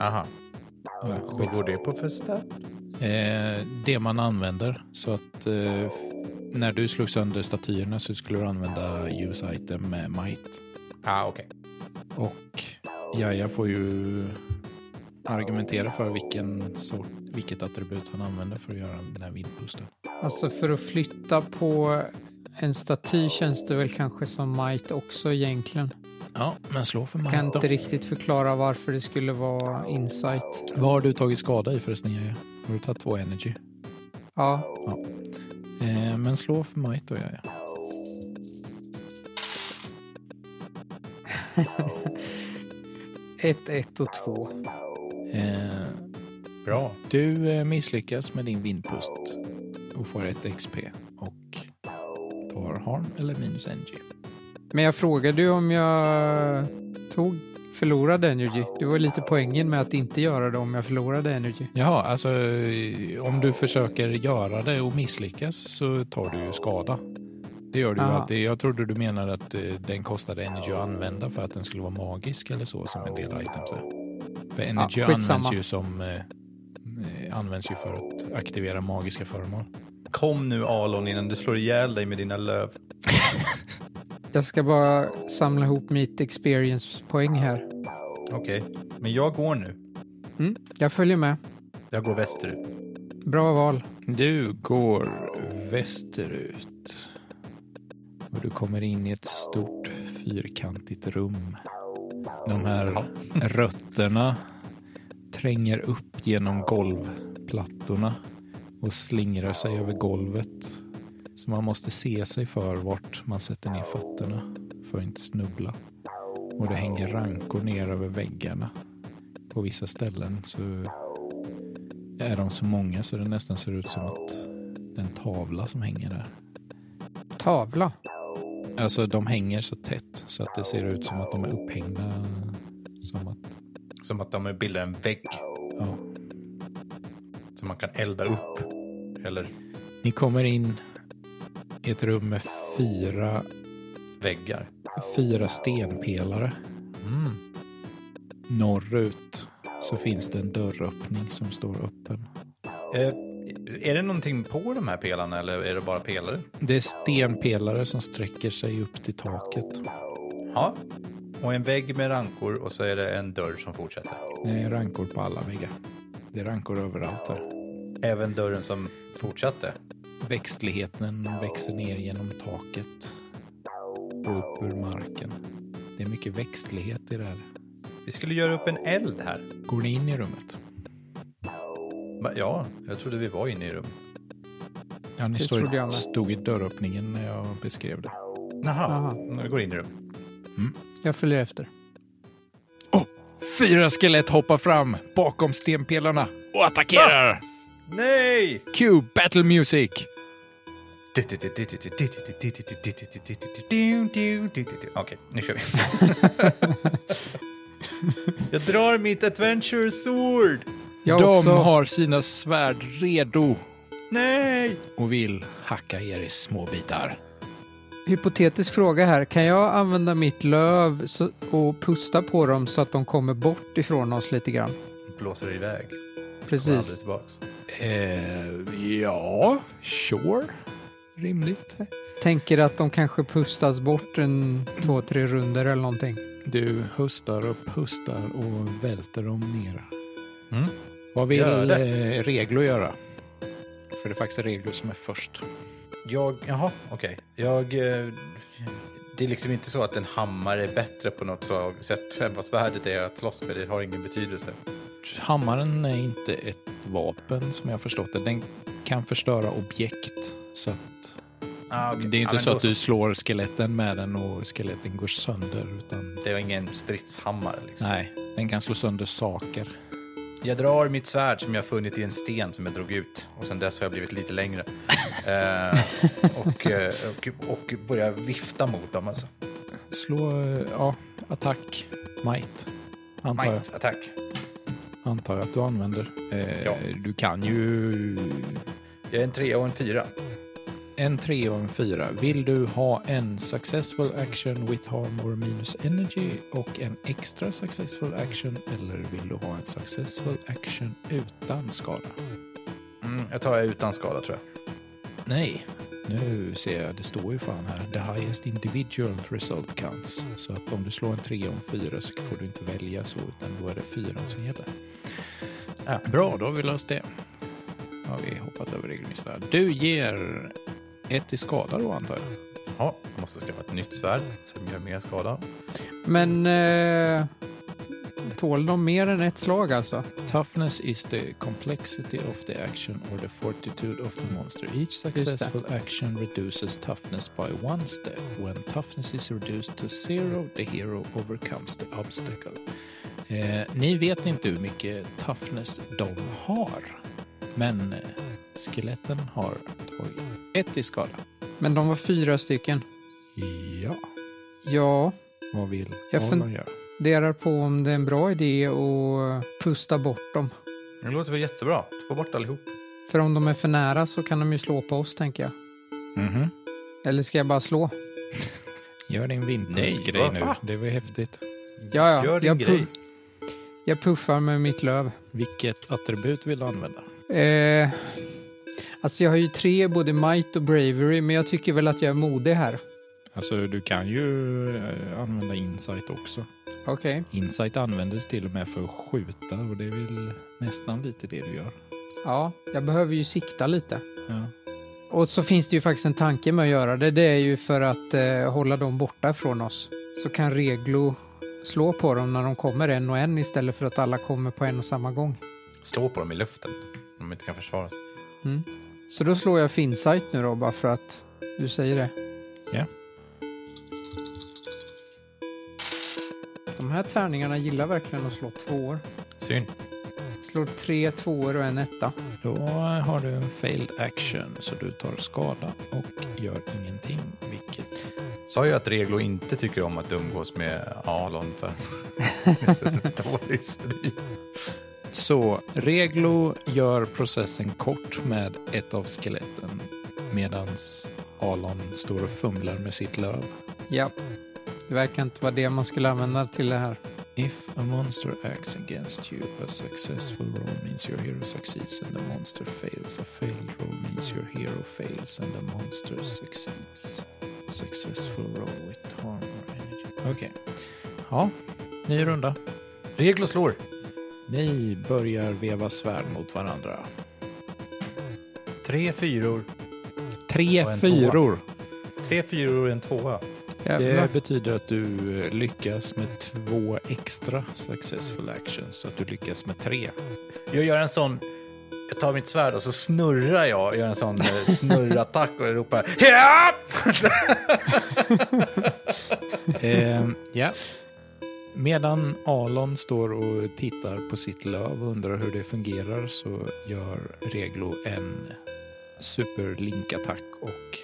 S1: Aha.
S2: Ah, ja,
S1: Vad
S2: skits.
S1: går det på för stat?
S2: Eh, det man använder. Så att eh, när du slog sönder statyerna så skulle du använda use item med might.
S1: Ah, okej.
S2: Och Jaja får ju argumentera för vilken sort, vilket attribut han använder för att göra den här vindpusten.
S3: Alltså för att flytta på en staty känns det väl kanske som might också egentligen.
S2: Ja, men slå för
S3: Kan
S2: might då.
S3: inte riktigt förklara varför det skulle vara insight.
S2: Vad har du tagit skada i förresten Jaja? Har du tagit två energy?
S3: Ja,
S2: Eh, men slå för might då Jaja.
S3: ett, ett och två.
S2: Eh,
S1: Bra.
S2: du eh, misslyckas med din vindpust och får ett XP och tar harm eller minus energy.
S3: Men jag frågade ju om jag tog förlorade energy. Det var lite poängen med att inte göra det om jag förlorade energy.
S2: Jaha, alltså eh, om du försöker göra det och misslyckas så tar du ju skada. Det gör du ju
S3: Aha.
S2: alltid. Jag trodde du menade att eh, den kostade energi att använda för att den skulle vara magisk eller så som en del items är. För energy
S3: skitsamma.
S2: används ju som eh, eh, används ju för att aktivera magiska föremål.
S1: Kom nu Alon innan du slår ihjäl dig med dina löv.
S3: Jag ska bara samla ihop mitt experience-poäng här.
S1: Okej, men jag går nu.
S3: Mm, jag följer med.
S1: Jag går västerut.
S3: Bra val.
S2: Du går västerut. Och du kommer in i ett stort fyrkantigt rum. De här rötterna tränger upp genom golvplattorna och slingrar sig över golvet. Så man måste se sig för vart man sätter ner fötterna för att inte snubbla. Och det hänger rankor ner över väggarna. På vissa ställen så är de så många så det nästan ser ut som att det är en tavla som hänger där.
S3: Tavla.
S2: Alltså de hänger så tätt så att det ser ut som att de är upphängda. Som att,
S1: Som att de bildar en vägg
S2: ja.
S1: som man kan elda upp. Eller
S2: Ni kommer in i ett rum med fyra,
S1: väggar.
S2: fyra stenpelare.
S1: Mm.
S2: Norrut så finns det en dörröppning som står öppen.
S1: Eh, Är det någonting på de här pelarna eller är det bara pelare?
S2: Det är stenpelare som sträcker sig upp till taket.
S1: Ja. Och en vägg med rankor och så är det en dörr som fortsätter.
S2: Det är rankor på alla väggar. Det är rankor överallt här.
S1: Även dörren som fortsatte.
S2: Växtligheten växer ner genom taket och upp ur marken. Det är mycket växtlighet i det här.
S1: Vi skulle göra upp en eld här.
S2: Går ni in i rummet?
S1: Va, Ja, jag trodde vi var inne i rummet.
S2: Ja, ni
S3: Det trodde jag
S2: stod, stod
S3: med.
S2: i dörröppningen när jag beskrev det.
S1: Jaha,
S3: Aha.
S1: nu går in i rummet.
S3: Jag följer efter.
S2: Fyra skelett hoppar fram bakom stenpelarna och attackerar!
S1: Nej!
S2: Cue battle music!
S1: Okej, nu kör vi. jag drar mitt adventure sword!
S3: Jag
S2: De
S3: också.
S2: har sina svärd redo
S1: Nej!
S2: och vill hacka er i små bitar.
S3: Hypotetisk fråga här. Kan jag använda mitt löv så, och pusta på dem så att de kommer bort ifrån oss lite grann?
S1: Blåser iväg. Kommer aldrig
S3: Precis.
S1: tillbaks.
S2: Eh, ja, sure. Rimligt.
S3: Tänker att de kanske pustas bort en två, tre runder eller någonting.
S2: Du hustar och pustar och välter dem ner.
S1: Mm.
S2: Vad vill
S1: Gör
S2: eh, Reglo göra? För det är faktiskt Reglo som är först.
S1: Jag, jaha, okej. Jag... eh, Det är liksom inte så att en hammare är bättre på något slag- sätt än vad svärdet är att slåss med. Det har ingen betydelse.
S2: Hammaren är inte ett vapen som jag har förstått det. Den kan förstöra objekt. Så att
S1: Ah, okej.
S2: det är
S1: Ja,
S2: inte
S1: men
S2: så
S1: då
S2: att du slår skeletten med den och skeletten går sönder. Utan
S1: Det är ingen stridshammare liksom.
S2: nej, den kan slå sönder saker.
S1: Jag drar mitt svärd som jag funnit i en sten som jag drog ut och sen dess har jag blivit lite längre. eh, och, eh, och, och börjar vifta mot dem alltså.
S2: Slå, eh, ja, attack, might. Antar jag,
S1: Might attack.
S2: antar jag att du använder. Eh,
S1: Ja.
S2: Du kan ju
S1: Jag är en trea och en fyra.
S2: en tre och en fyra. Vill du ha en successful action with harm or minus energy och en extra successful action eller vill du ha en successful action utan skada?
S1: Mm, jag tar utan skada tror jag.
S2: Nej, nu ser jag, det står ju fan här, the highest individual result counts. Så att om du slår en tre och en fyra så får du inte välja så, utan då är det fyran som gäller. Ja, bra, då har vi löst det. Då har vi hoppat över regellistan. Du ger ett i skada då antar jag?
S1: Ja, jag måste skaffa ett nytt svärd som gör mer skada.
S3: Men eh, tål de mer än ett slag alltså?
S2: Toughness is the complexity of the action or the fortitude of the monster. Each successful action reduces toughness by one step. When toughness is reduced to zero, the hero overcomes the obstacle. Eh, ni vet inte hur mycket toughness de har, men eh, skeletten har tagit ett i skada.
S3: Men de var fyra stycken.
S2: Ja,
S3: Ja,
S2: vad vill
S3: Jag fun-
S2: Arlon göra?
S3: delar på om det är en bra idé att pusta bort dem.
S1: Det låter väl jättebra. Få bort allihop.
S3: För om de är för nära så kan de ju slå på oss, tänker jag.
S2: Mhm.
S3: Eller ska jag bara slå?
S2: Gör din
S1: vad
S2: vindpustgrej nu.
S1: fan?
S2: Det var ju häftigt.
S3: Ja, ja.
S1: Gör din
S3: jag,
S1: grej.
S3: jag puffar med mitt löv.
S2: Vilket attribut vill du använda?
S3: Eh, alltså jag har ju tre, både might och bravery, men jag tycker väl att jag är modig här.
S2: Alltså du kan ju eh, använda insight också.
S3: Okej.
S2: Insight användes till och med för att skjuta och det är väl nästan lite det du gör.
S3: Ja, jag behöver ju sikta lite.
S2: Ja.
S3: Och så finns det ju faktiskt en tanke med att göra det. Det är ju för att eh, hålla dem borta från oss. Så kan Reglo slå på dem när de kommer en och en istället för att alla kommer på en och samma gång.
S1: Slå på dem i luften om de inte kan försvara sig.
S3: Så då slår jag Finsight nu då, bara för att du säger det.
S2: Ja.
S3: De här tärningarna gillar verkligen att slå tvåor.
S1: Synd.
S3: Slår tre tvåor och en etta.
S2: Då har du en failed action så du tar skada och gör ingenting. Vilket...
S1: Sa jag att Reglo inte tycker om att umgås med Alon för det är så dålig strid.
S2: Så Reglo gör processen kort med ett av skeletten medans Alon står och fumlar med sitt löv.
S3: Ja. Det verkar inte vara det man skulle använda till det här.
S2: If a monster acts against you, a successful roll means your hero succeeds and the monster fails. A failed roll means your hero fails and the monster succeeds. A successful roll with harm or energy. Okej. Ja, ny runda.
S1: Regel och slår.
S2: Ni börjar veva svärd mot varandra.
S4: Tre fyror.
S3: Tre
S1: Och en
S3: fyror.
S4: Tre fyror och en tvåa.
S3: Jävlar.
S2: Det betyder att du eh, lyckas med två extra successful actions, så att du lyckas med tre.
S1: Jag gör en sån... Jag tar mitt svärd och så snurrar jag. Jag gör en sån eh, snurrattack och jag ropar ja!
S2: Ehm, ja. Medan Alon står och tittar på sitt löv och undrar hur det fungerar så gör Reglo en superlinkattack och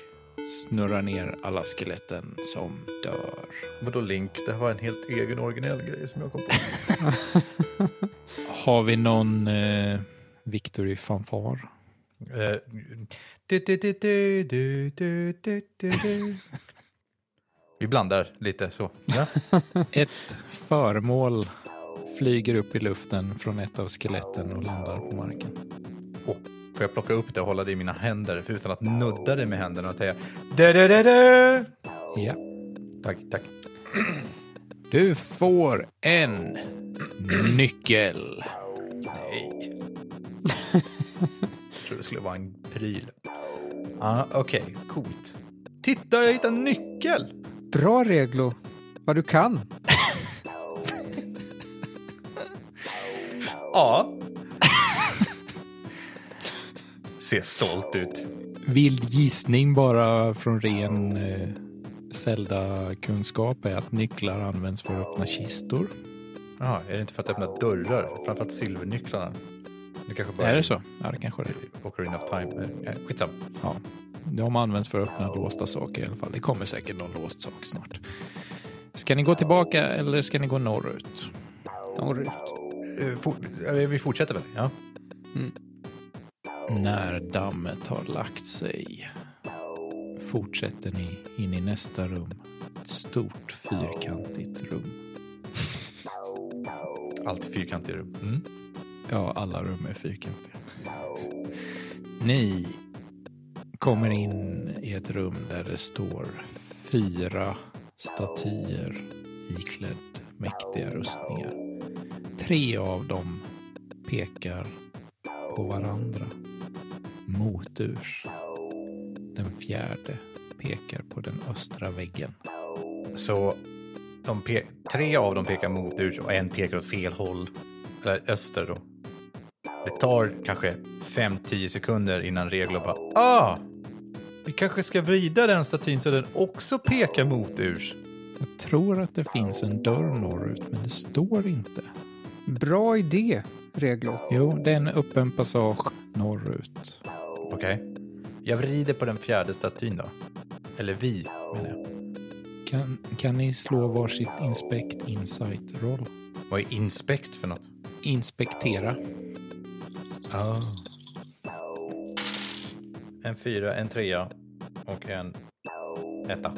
S2: snurrar ner alla skeletten som dör.
S1: Vadå Link? Det här var en helt egen originell grej som jag kom på.
S2: Har vi någon eh, Victory-fanfar?
S1: Eh, du, du, du, du, du, du, du, du, du. Vi blandar lite så. Ja.
S2: Ett föremål flyger upp i luften från ett av skeletten och landar på marken.
S1: Får jag plocka upp det och hålla det i mina händer för utan att nudda det med händerna och säga du, du, du, du.
S2: Ja.
S1: Tack, tack.
S2: Du får en nyckel.
S1: Nej. jag tror det skulle vara en pryl. Ah, Okej, coolt. Titta, jag hittade en nyckel!
S3: Bra Reglo. Vad du kan.
S1: Ja. Ser stolt ut.
S2: Vild gissning bara från ren eh, Zelda-kunskap är att nycklar används för att öppna kistor.
S1: Jaha, är det inte för att öppna dörrar? Framförallt silvernycklarna. Det kanske bara
S2: Är det så? Ja, det kanske det är.
S1: Ocarina of Time. Nej, nej, skitsamma.
S2: Ja. De används för att öppna låsta saker i alla fall. Det kommer säkert någon låst sak snart. Ska ni gå tillbaka eller ska ni gå norrut?
S3: Norrut.
S1: Eh, for- eh, Vi fortsätter väl? Ja.
S2: När dammet har lagt sig fortsätter ni in i nästa rum. Ett stort fyrkantigt rum.
S1: Alltid fyrkantiga rum. Mm.
S2: Ja, alla rum är fyrkantiga. Ni kommer in i ett rum där det står fyra statyer iklädd mäktiga rustningar. Tre av dem pekar på varandra moturs. Den fjärde pekar på den östra väggen.
S1: Så de pe- tre av dem pekar mot ur och en pekar åt fel håll. Eller öster då. Det tar kanske 5-10 sekunder innan Reglo bara ah! Vi kanske ska vrida den statyn så den också pekar mot ur.
S2: Jag tror att det finns en dörr norrut, men det står inte.
S3: Bra idé Reglo.
S2: Jo, det är en öppen passage norrut.
S1: Okej. Jag vrider på den fjärde statyn då. Eller vi, menar jag.
S2: Kan, kan ni slå varsitt inspect insight-roll?
S1: Vad är inspekt för något?
S2: Inspektera.
S1: En fyra, en trea och en etta.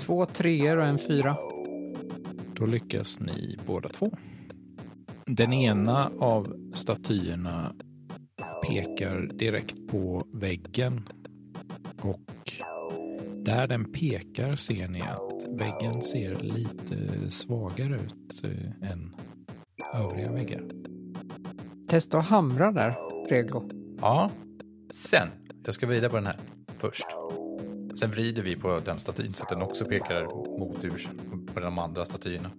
S3: Två treor och en fyra.
S2: Då lyckas ni båda två. Den ena av statyerna pekar direkt på väggen och där den pekar ser ni att väggen ser lite svagare ut eh, än övriga väggar.
S3: Testa att hamra där Reglo.
S1: Ja. Sen. Jag ska vrida på den här först. Sen vrider vi på den statyn så att den också pekar mot ur på de andra statyerna.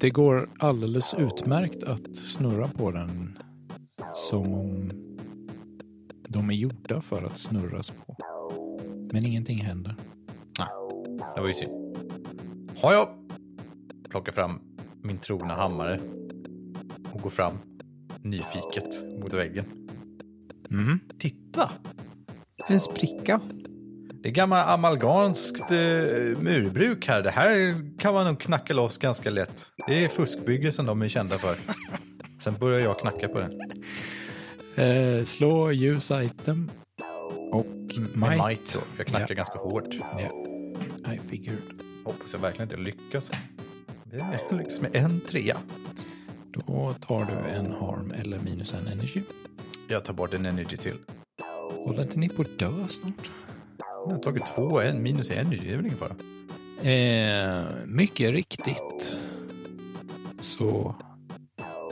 S2: Det går alldeles utmärkt att snurra på den som om de är gjorda för att snurras på. Men ingenting händer.
S1: Det var ju synd. Har jag. Plockar fram min trogna hammare och går fram nyfiket mot väggen. Mhm.
S2: Mm.
S1: Titta!
S3: En spricka.
S1: Det är gammal amalganskt eh, murbruk här. Det här kan man nog knacka loss ganska lätt. Det är fuskbygge som de är kända för. Sen börjar jag knacka på den.
S2: Eh, slå use item och
S1: Mm, med
S2: might.
S1: might då. för Jag knackar
S2: Ja.
S1: ganska hårt.
S2: Ja, I figured.
S1: Hoppas jag verkligen att jag lyckas. Det Jag lyckas med en trea.
S2: Då tar du en harm eller minus en energy.
S1: Jag tar bort en energy till.
S2: Håller inte ni på att dö snart?
S1: Jag har tagit två och en minus energy, det är väl ingen fara.
S2: Eh, mycket riktigt så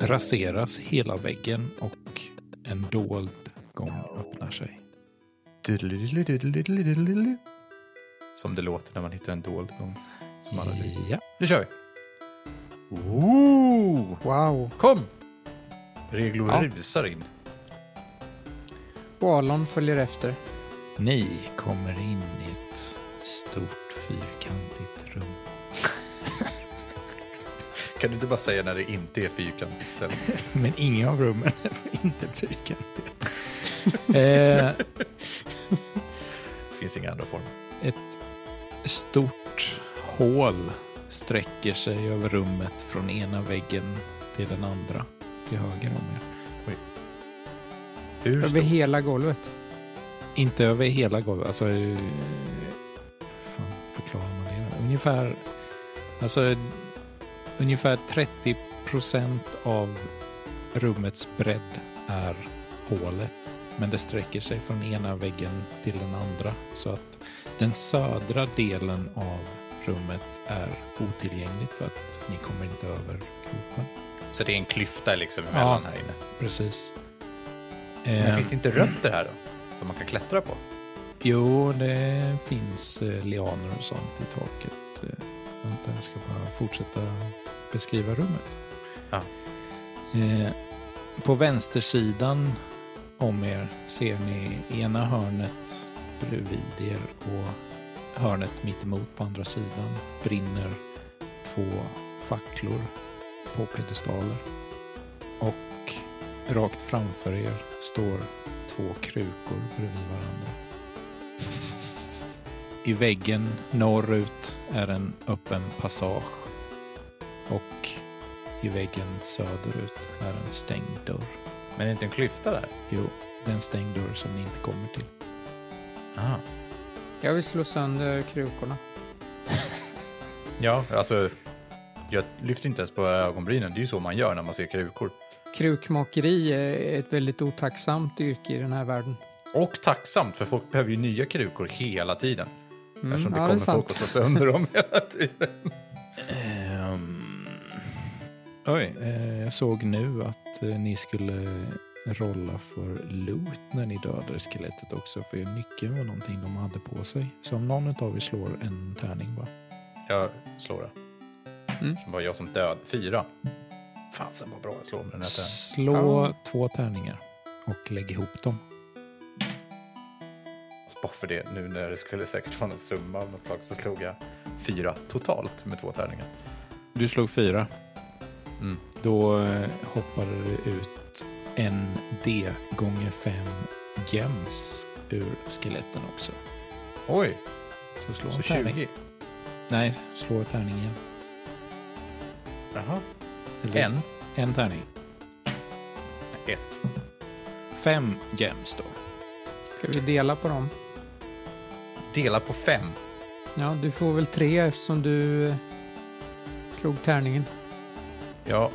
S2: raseras hela väggen och en dold gång öppnar sig.
S1: Diddelididdelididdelididdelididdelididdelididdelididdelididdelididdelididdelididdelididdelididdelididdelididdelididdelididdelididdelididdelididdelididd Som det låter när man hittar en dold gång. Som alla lyckas.
S2: Ja.
S1: Nu kör vi! Ooh,
S3: Wow.
S1: kom! Reglo
S3: Ja.
S1: rusar in.
S3: Och Alon följer efter.
S2: Ni kommer in i ett stort fyrkantigt rum.
S1: Kan du inte bara säga när det inte är fyrkantigt istället?
S2: Men inga av rummen är inte fyrkantiga. eh,
S1: Det finns inga andra former.
S2: Ett stort hål sträcker sig över rummet från ena väggen till den andra. Till höger om er.
S1: Hur
S3: Över
S1: stor?
S3: hela golvet.
S2: Inte över hela golvet. Alltså, eh, fan förklarar man det? Ungefär, alltså, eh, ungefär 30 procent av rummets bredd är hålet. Men det sträcker sig från ena väggen till den andra. Så att den södra delen av rummet är otillgängligt för att ni kommer inte över gropen.
S1: Så det är en klyfta liksom emellan
S2: Ja.
S1: här inne.
S2: Precis.
S1: Men
S2: Eh,
S1: finns det inte rötter här då? Som man kan klättra på?
S2: Jo, det finns eh, lianer och sånt i taket. Eh, Vänta, jag ska bara fortsätta beskriva rummet.
S1: Ja.
S2: Eh, På vänstersidan om er ser ni ena hörnet bredvid er och hörnet mittemot på andra sidan brinner två facklor på pedestaler. Och rakt framför er står två krukor bredvid varandra. I väggen norrut är en öppen passage och i väggen söderut är en stängd dörr.
S1: Men är det inte en klyfta där?
S2: Jo, det är en stängd dörr som ni inte kommer till.
S1: Aha.
S3: Jag vill slå sönder krukorna.
S1: Ja, alltså. Jag lyfter inte ens på ögonbrynen. Det är ju så man gör när man ser krukor.
S3: Krukmakeri är ett väldigt otacksamt yrke i den här världen.
S1: Och tacksamt, för folk behöver ju nya krukor hela tiden.
S3: Mm,
S1: eftersom det
S3: ja, är
S1: kommer
S3: sant.
S1: folk att slå sönder dem hela tiden.
S2: Ehm... Oj, eh, jag såg nu att eh, ni skulle rolla för loot när ni dödade skelettet också, för nyckeln var någonting de hade på sig. Så om någon av er slår en tärning bara.
S1: Jag slår det.
S3: Mm.
S1: Som var jag som död. Fyra. Fasen vad bra jag slår med den här tärningen.
S2: Slå två tärningar och lägg ihop dem.
S1: Bara för det, nu när det skulle säkert vara någon summa av något slag så slog jag fyra totalt med två tärningar.
S2: Du slog fyra.
S1: Mm.
S2: Då eh, hoppade det ut en D gånger fem gems ur skeletten också.
S1: Oj,
S2: Så slå
S1: så
S2: en tärning.
S1: 20.
S2: Nej, slå en tärning igen.
S1: Jaha.
S2: Eller-
S1: En.
S2: En tärning.
S1: Ett.
S2: Fem gems då.
S3: Ska vi dela på dem?
S1: Dela på fem.
S3: Ja, du får väl tre eftersom du eh, slog tärningen.
S1: Ja.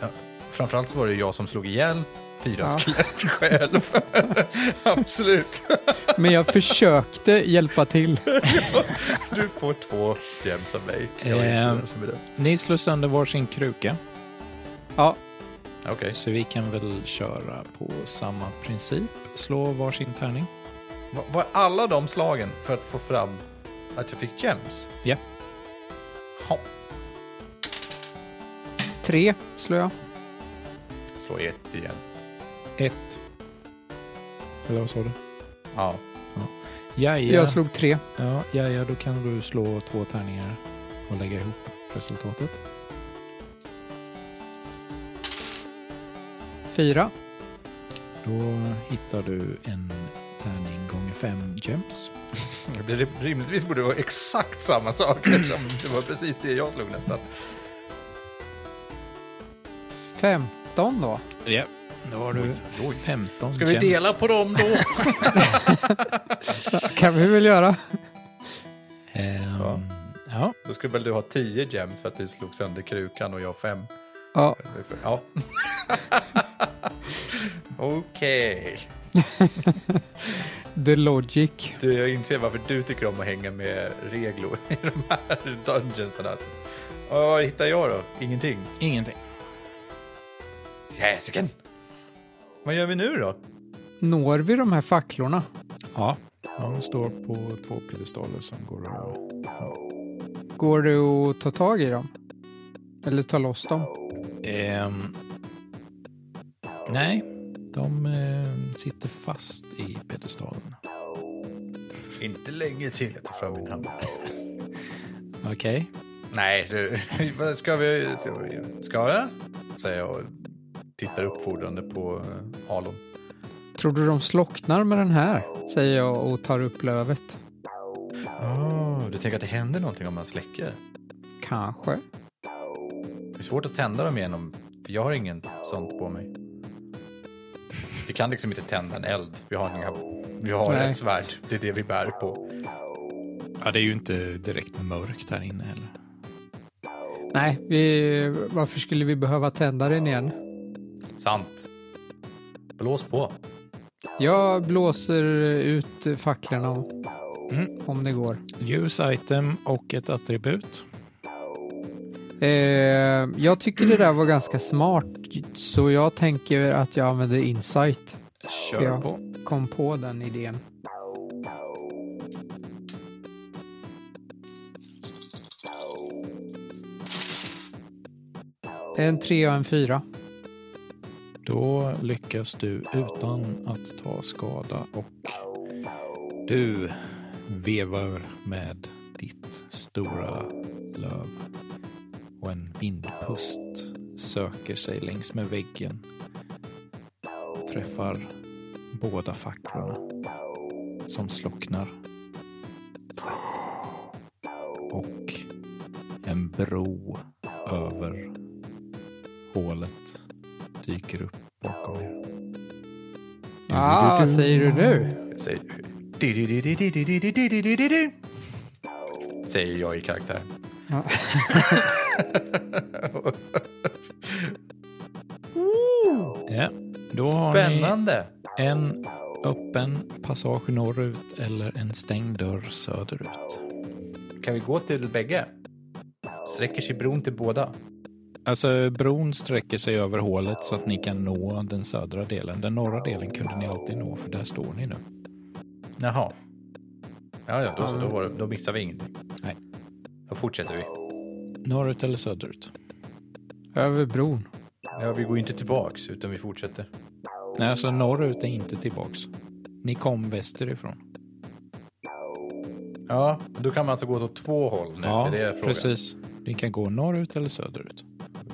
S1: ja. Framförallt så var det ju jag som slog ihjäl fyra
S3: Ja.
S1: skelett själv. Absolut.
S3: Men jag försökte hjälpa till.
S1: Du får två jämt av mig. Jag är
S2: Ehm.
S1: inte den som är det.
S2: Ni slår sönder varsin kruka,
S3: Ja,
S1: Okej.
S2: så vi kan väl köra på samma princip. Slå varsin tärning.
S1: Va- Var alla de slagen för att få fram att jag fick gems?
S2: Ja.
S1: Ha.
S3: tre slår jag.
S1: Slå ett igen.
S2: Ett. Eller vad sa du?
S1: Ja.
S2: Jaja.
S3: Jag slog tre.
S2: Ja, ja, ja, då kan du slå två tärningar och lägga ihop resultatet.
S3: Fyra.
S2: Då hittar du en tärning gånger fem gems.
S1: Det blir- Rimligtvis borde det vara exakt samma sak eftersom det var precis det jag slog nästan.
S3: Femton då.
S2: Ja, då har du
S1: oj.
S2: 15
S1: Ska vi
S2: gems.
S1: dela på dem då?
S3: kan vi väl göra.
S2: Ehm, ja. Ja,
S1: Då skulle väl du ha 10 gems för att du slog sönder krukan och jag fem.
S3: Ja,
S1: Ja. Okej.
S3: the logic.
S1: Du, Jag inser varför du tycker om att hänga med reglo i de här dungeonsarna. Alltså. Och vad hittar jag då? Ingenting.
S2: ingenting.
S1: Jäsiken! Vad gör vi nu då?
S3: Når vi de här facklorna?
S2: Ja, de står på två piedestaler som går att...
S3: Går det att ta tag i dem? Eller ta loss dem?
S2: Ehm, nej, de ehm, sitter fast i piedestalerna.
S1: Inte länge till jag tar fram min hand.
S2: Okej.
S1: Nej, du. Vad Ska vi... Ska jag? Säger jag och tittar uppfordrande på eh, Alon.
S3: Tror du de slocknar med den här? Säger jag och tar upp lövet.
S1: Oh, du tänker att det händer någonting om man släcker?
S3: Kanske.
S1: Det är svårt att tända dem igenom. För jag har ingen sånt på mig. Vi kan liksom inte tända en eld. Vi har, inga, vi har
S3: Nej.
S1: ett svärd. Det är det vi bär på.
S2: Ja, det är ju inte direkt mörkt här inne heller.
S3: Nej, vi, varför skulle vi behöva tända den igen?
S1: Sant. Blås på.
S3: Jag blåser ut facklorna om,
S2: Mm.
S3: om det går.
S2: Use item och ett attribut.
S3: Eh, jag tycker det där var ganska smart, så jag tänker att jag använder insight.
S2: Kör
S3: Ja.
S2: på.
S3: Kom på den idén. En tre och en fyra.
S2: Då lyckas du utan att ta skada och du vevar med ditt stora löv och en vindpust söker sig längs med väggen. Träffar båda facklorna som slocknar. Och en bro över hålet dyker upp bakom er.
S3: Ah, vad säger du nu?
S1: Jag säger... Di-di-di-di-di-di-di-di-di-di-di. Säger jag i karaktär.
S3: Ja.
S2: Ja, då har
S1: Spännande!
S2: ni en öppen passage norrut eller en stängd dörr söderut.
S1: Kan vi gå till bägge? Sträcker sig bron till båda?
S2: Alltså bron sträcker sig över hålet så att ni kan nå den södra delen. Den norra delen kunde ni alltid nå för där står ni nu.
S1: Jaha. Mm. Ja, ja, då, så, då, var det, då missar vi ingenting.
S2: Nej.
S1: Då fortsätter vi.
S2: Norrut eller söderut?
S3: Över bron.
S1: Ja, vi går ju inte tillbaks, utan vi fortsätter.
S2: Nej, alltså norrut är inte tillbaks. Ni kom västerifrån.
S1: Ja, då kan man alltså gå åt två håll nu.
S2: ja,
S1: det är det frågan.
S2: precis. Ni kan gå norrut eller söderut.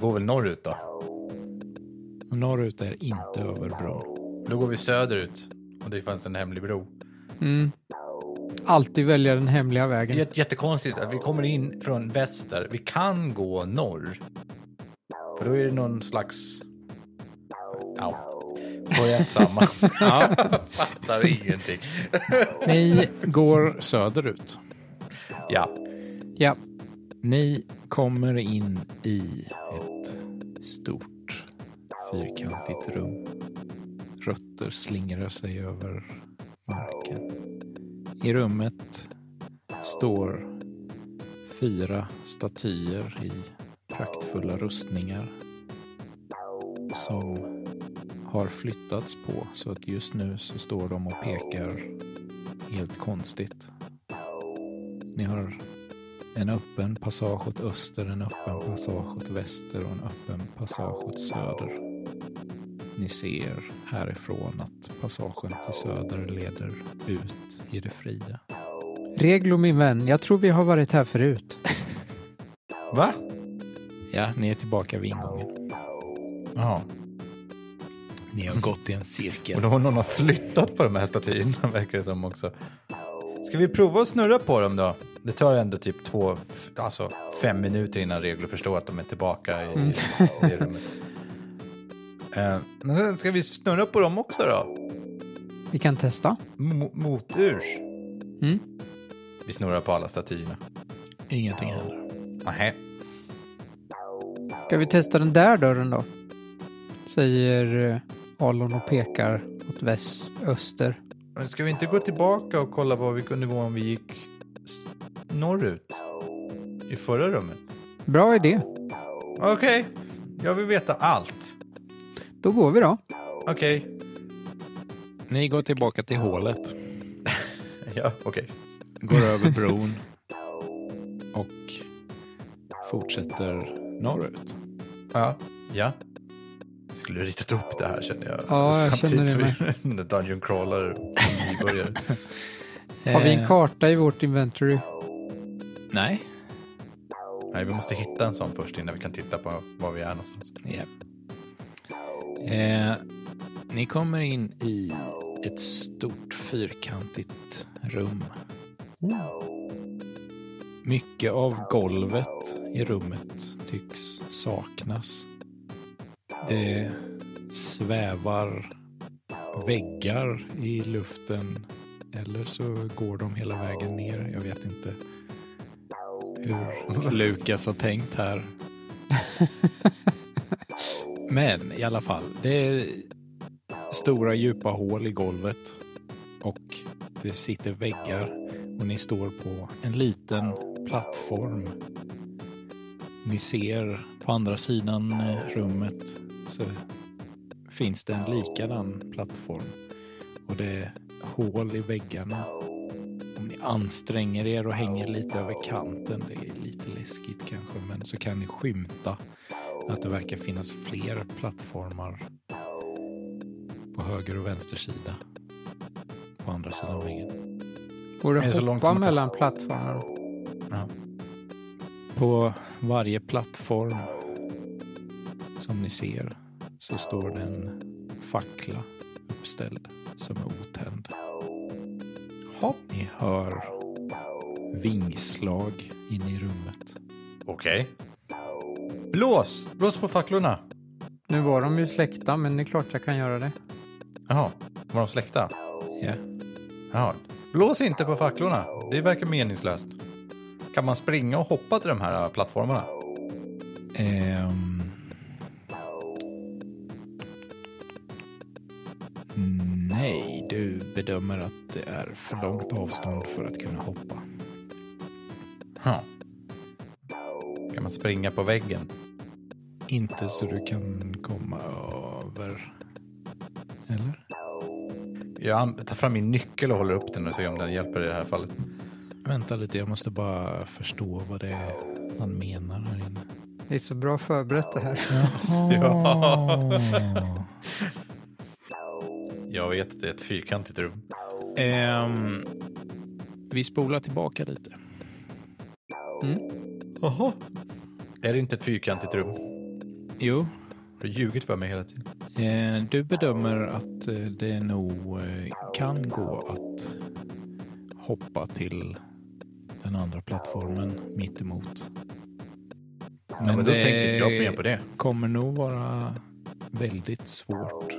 S1: Går väl norrut då?
S2: Och norrut är inte över bron.
S1: Då går vi söderut. Och det fanns en hemlig bro.
S3: Mm. Alltid välja den hemliga vägen.
S1: Jät- Jättekonstigt att vi kommer in från väster. Vi kan gå norr. För då är det någon slags... Ja. Börjat samma. Fattar ingenting.
S2: Ni går söderut.
S1: Ja.
S3: Ja,
S2: Ni kommer in i ett stort fyrkantigt rum. Rötter slingrar sig över marken. I rummet står fyra statyer i praktfulla rustningar som har flyttats på så att just nu så står de och pekar helt konstigt. Ni har en öppen passage åt öster, en öppen passage åt väster och en öppen passage åt söder. Ni ser härifrån att passagen till söder leder ut i det fria.
S3: Reglo min vän, jag tror vi har varit här förut.
S1: Va?
S2: Ja, ni är tillbaka vid ingången.
S1: Jaha.
S2: Ni har gått i en
S1: Och
S2: cirkel.
S1: då någon har flyttat på de här statyerna verkar det som också. Ska vi prova att snurra på dem då? Det tar ändå typ två, f- alltså fem minuter innan Regler förstår att de är tillbaka i, i det rummet. Eh, Men sen ska vi snurra på dem också då?
S3: Vi kan testa.
S1: Mo- moturs?
S3: Mm.
S1: Vi snurrar på alla statyerna.
S2: Ingenting händer.
S1: Nej.
S3: Ska vi testa den där dörren då? Säger eh, Alon och pekar åt väst, öster.
S1: Men ska vi inte gå tillbaka och kolla på vilken nivå vi gick s- norrut? I förra rummet?
S3: Bra idé.
S1: Okej, jag vill veta allt.
S3: Då går vi då.
S1: Okej.
S2: Ni går tillbaka till hålet,
S1: Ja, okej.
S2: går över bron och fortsätter norrut.
S1: Ja. Ja. Jag skulle ritat upp det här känner jag.
S3: Ja, jag
S1: Samtidigt
S3: känner det
S1: som vi Dungeon Crawler nybörjare.
S3: Har vi en
S2: Eh,
S3: karta i vårt inventory?
S2: Nej.
S1: Nej, vi måste hitta en sån först innan vi kan titta på var vi är någonstans.
S2: Japp. Eh, ni kommer in i ett stort fyrkantigt rum. Mycket av golvet i rummet tycks saknas. Det svävar väggar i luften eller så går de hela vägen ner. Jag vet inte hur Lukas har tänkt här. Men i alla fall, det är stora djupa hål i golvet och det sitter väggar och ni står på en liten plattform. Ni ser på andra sidan eh, rummet så finns det en likadan plattform och det är hål i väggarna. Om ni anstränger er och hänger lite över kanten, det är lite läskigt kanske, men så kan ni skymta att det verkar finnas fler plattformar på höger och vänster sida på andra sidan väggen.
S3: Går
S1: Det är
S3: det
S1: så
S3: att
S1: långt
S3: hoppa
S1: som man kan-
S3: mellan plattformarna?
S2: På varje plattform som ni ser så står det en fackla uppställd som är otänd.
S1: Hopp.
S2: Ni hör vingslag inne i rummet.
S1: Okej. Blås! Blås på facklorna.
S3: Nu var de ju släckta, men det är klart jag kan göra det.
S1: Jaha, var de släckta?
S2: Ja.
S1: Jaha. Blås inte på facklorna. Det verkar meningslöst. Kan man springa och hoppa till de här äh, plattformarna?
S2: Ehm. Nej, du bedömer att det är för långt avstånd för att kunna hoppa.
S1: Ja. Kan man springa på väggen?
S2: Inte så du kan komma över. Eller?
S1: Jag an- tar fram min nyckel och håller upp den och ser om den hjälper i det här fallet.
S2: Vänta lite, jag måste bara förstå vad det är han menar här inne.
S3: Det är så bra förberett det här.
S2: Jaha.
S1: Jag vet att det är ett fyrkantigt rum.
S2: Ehm, vi spolar tillbaka lite.
S3: Mm.
S1: Jaha. Är det inte ett fyrkantigt rum?
S2: Jo,
S1: Du har ljugit för mig hela tiden.
S2: eh, du bedömer att eh, det nog eh, kan gå att hoppa till den andra plattformen mitt emot.
S1: Men, ja, men då
S2: det-
S1: tänker inte jag mer på det.
S2: Kommer nog vara väldigt svårt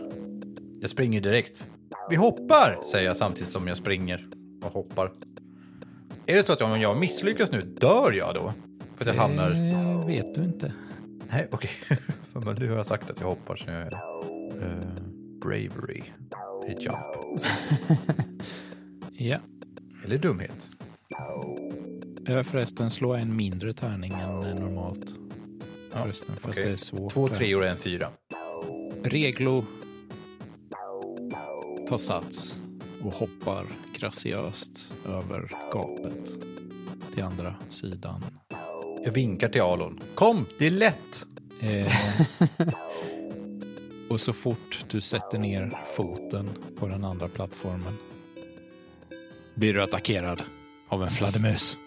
S1: Jag springer direkt. Vi hoppar, säger jag samtidigt som jag springer och hoppar. Är det så att om jag misslyckas nu, dör jag då? För att jag hamnar...
S2: Det Eh, vet du inte.
S1: Nej, okej. men nu har jag sagt att jag hoppar, så jag är... eh, bravery. Det är jump.
S2: Ja.
S1: Eller dumhet.
S2: Jag har förresten slå en mindre tärning än eh, normalt. Förresten, för
S1: okej.
S2: att det är svårt.
S1: Två
S2: där.
S1: treor och en fyra.
S2: Reglo tar sats och hoppar graciöst över gapet till andra sidan.
S1: Jag vinkar till Alon. Kom, det är lätt!
S2: Eh, och så fort du sätter ner foten på den andra plattformen blir du attackerad av en fladdermus.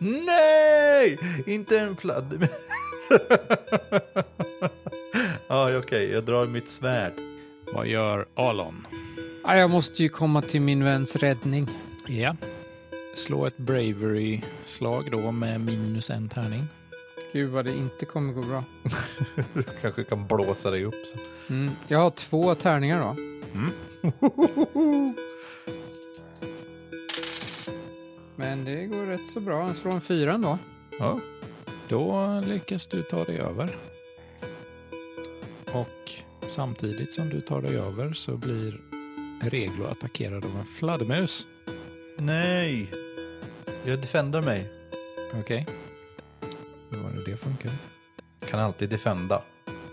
S1: Nej! Inte en fladdermus. ja, okej. Jag drar mitt svärd.
S2: Vad gör Alon?
S3: Ja, jag måste ju komma till min väns räddning.
S2: Ja. Slå ett bravery-slag då med minus en tärning.
S3: Gud vad det inte kommer gå bra.
S1: Kanske kan blåsa dig upp sen.
S3: Mm. Jag har två tärningar då. Men det går rätt så bra. Han slår en fyra ändå.
S1: Ja.
S2: Då lyckas du ta dig över. Och samtidigt som du tar dig över så blir Reglo attackerad av en fladdermus.
S1: Nej! Jag defendar mig.
S2: Okej. Hur var det det funkar?
S1: Kan alltid defenda.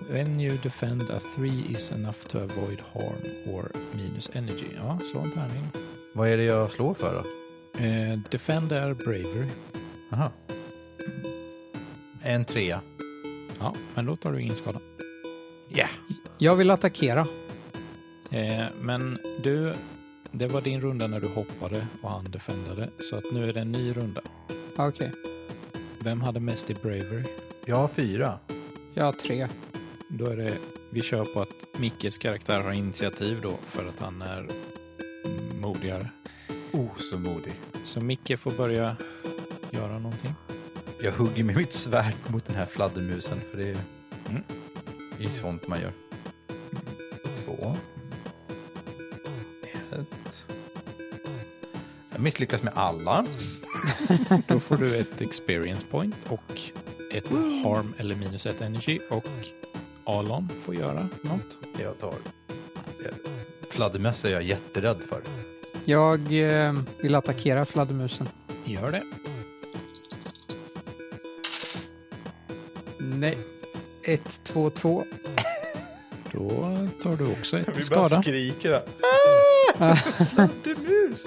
S2: When you defend a three is enough to avoid harm or minus energy. Ja, slå en tärning.
S1: Vad är det jag slår för då?
S2: Eh, defend är bravery.
S1: Aha. En trea.
S2: Ja, men då tar du ingen skada.
S1: Ja.
S3: Jag vill attackera.
S2: Eh, men du, det var din runda när du hoppade och han defendade. Så att nu är det en ny runda.
S3: Ja, Okej.
S2: Vem hade mest i bravery?
S1: Jag har fyra.
S3: Jag har tre.
S2: Då är det, vi kör på att Mickes karaktär har initiativ då för att han är modigare.
S1: Oh, så modig.
S2: Så Micke får börja göra någonting.
S1: Jag hugger med mitt svärd mot den här fladdermusen för det är
S2: Mm.
S1: det är ju sånt man gör. Två. Ett. Jag misslyckas med alla.
S2: Då får du ett experience point och ett harm eller minus ett energy och Alon får göra något.
S1: Jag tar... Fladdermöss är jag jätterädd för.
S3: Jag eh, vill attackera fladdermusen.
S2: Gör det.
S3: Nej. Ett, två, två.
S2: Då tar du också ett i skada.
S1: skriker.
S3: Ah.
S1: Fladdermus!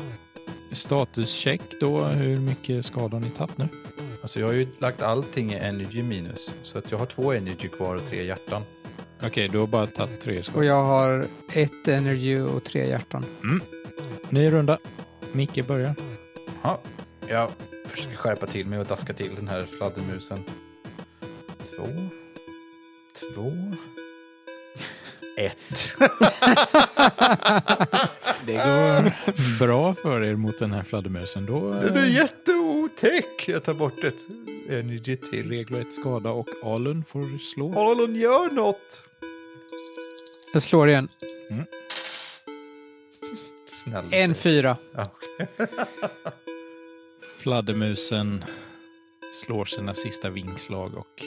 S2: Statuscheck då, hur mycket skada har ni tagit nu?
S1: Alltså jag har ju lagt allting i energy minus. Så att jag har två energy kvar och tre hjärtan.
S2: Okej, du har bara tagit tre skador.
S3: Och jag har ett energy och tre hjärtan.
S2: Ny runda. Micke börjar.
S1: Ja, jag försöker skärpa till mig och daska till den här fladdermusen. Två. Två. Ett.
S2: Det går bra för er mot den här fladdermusen. Då
S1: Den är
S2: eh,
S1: jätteotäck! Jag tar bort ett energy till.
S2: regler ett skada och Alun får slå.
S1: Alon gör något!
S3: Jag slår igen.
S1: Snälla.
S3: En fyra.
S1: Ja, okej.
S2: Fladdermusen slår sina sista vingslag och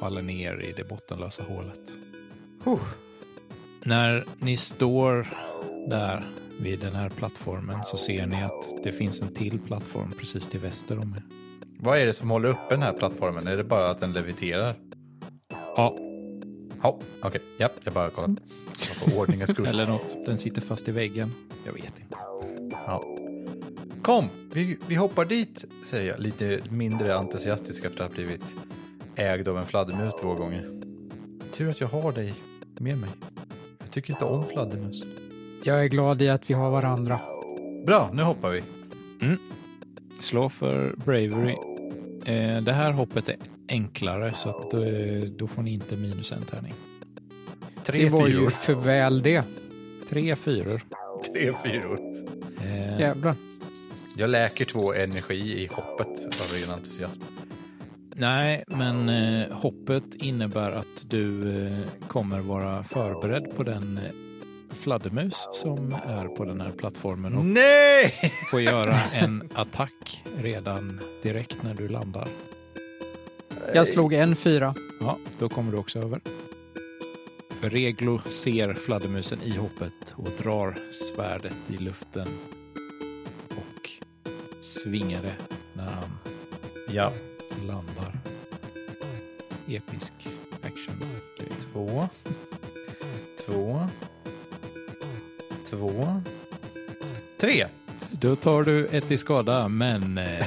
S2: faller ner i det bottenlösa hålet.
S1: Huh.
S2: När ni står där vid den här plattformen så ser ni att det finns en till plattform precis till väster om er.
S1: Vad är det som håller uppe den här plattformen? Är det bara att den leviterar?
S2: Ja,
S1: Ja, okej. Ja, jag bara kollar. För ordningens skull.
S2: eller något. Den sitter fast i väggen. Jag vet inte.
S1: Ja. Kom, vi, vi hoppar dit, säger jag. Lite mindre entusiastisk efter att ha blivit ägd av en fladdermus två gånger. Tur att jag har dig med mig. Jag tycker inte om fladdermus.
S3: Jag är glad i att vi har varandra.
S1: Bra, nu hoppar vi.
S2: Slå för Bravery. Eh, det här hoppet är enklare så att eh, då får ni inte minus en tärning.
S1: Tre
S3: Det var ju
S1: fyror.
S3: för väl det.
S2: Tre fyror.
S1: Tre fyror.
S2: Eh,
S3: Jävlar.
S1: Jag läker två energi i hoppet av ren entusiasm.
S2: Nej, men eh, hoppet innebär att du eh, kommer vara förberedd på den eh, fladdermus som är på den här plattformen
S3: Mm.
S2: och
S1: Nej!
S2: får göra en attack redan direkt när du landar.
S3: Jag slog en fyra.
S2: Ja, då kommer du också över. Reglo ser fladdermusen i hoppet och drar svärdet i luften och svingar det när han
S1: Ja.
S2: landar. Episk action.
S1: Två. Två. Två. Tre.
S2: Då tar du ett i skada, men eh,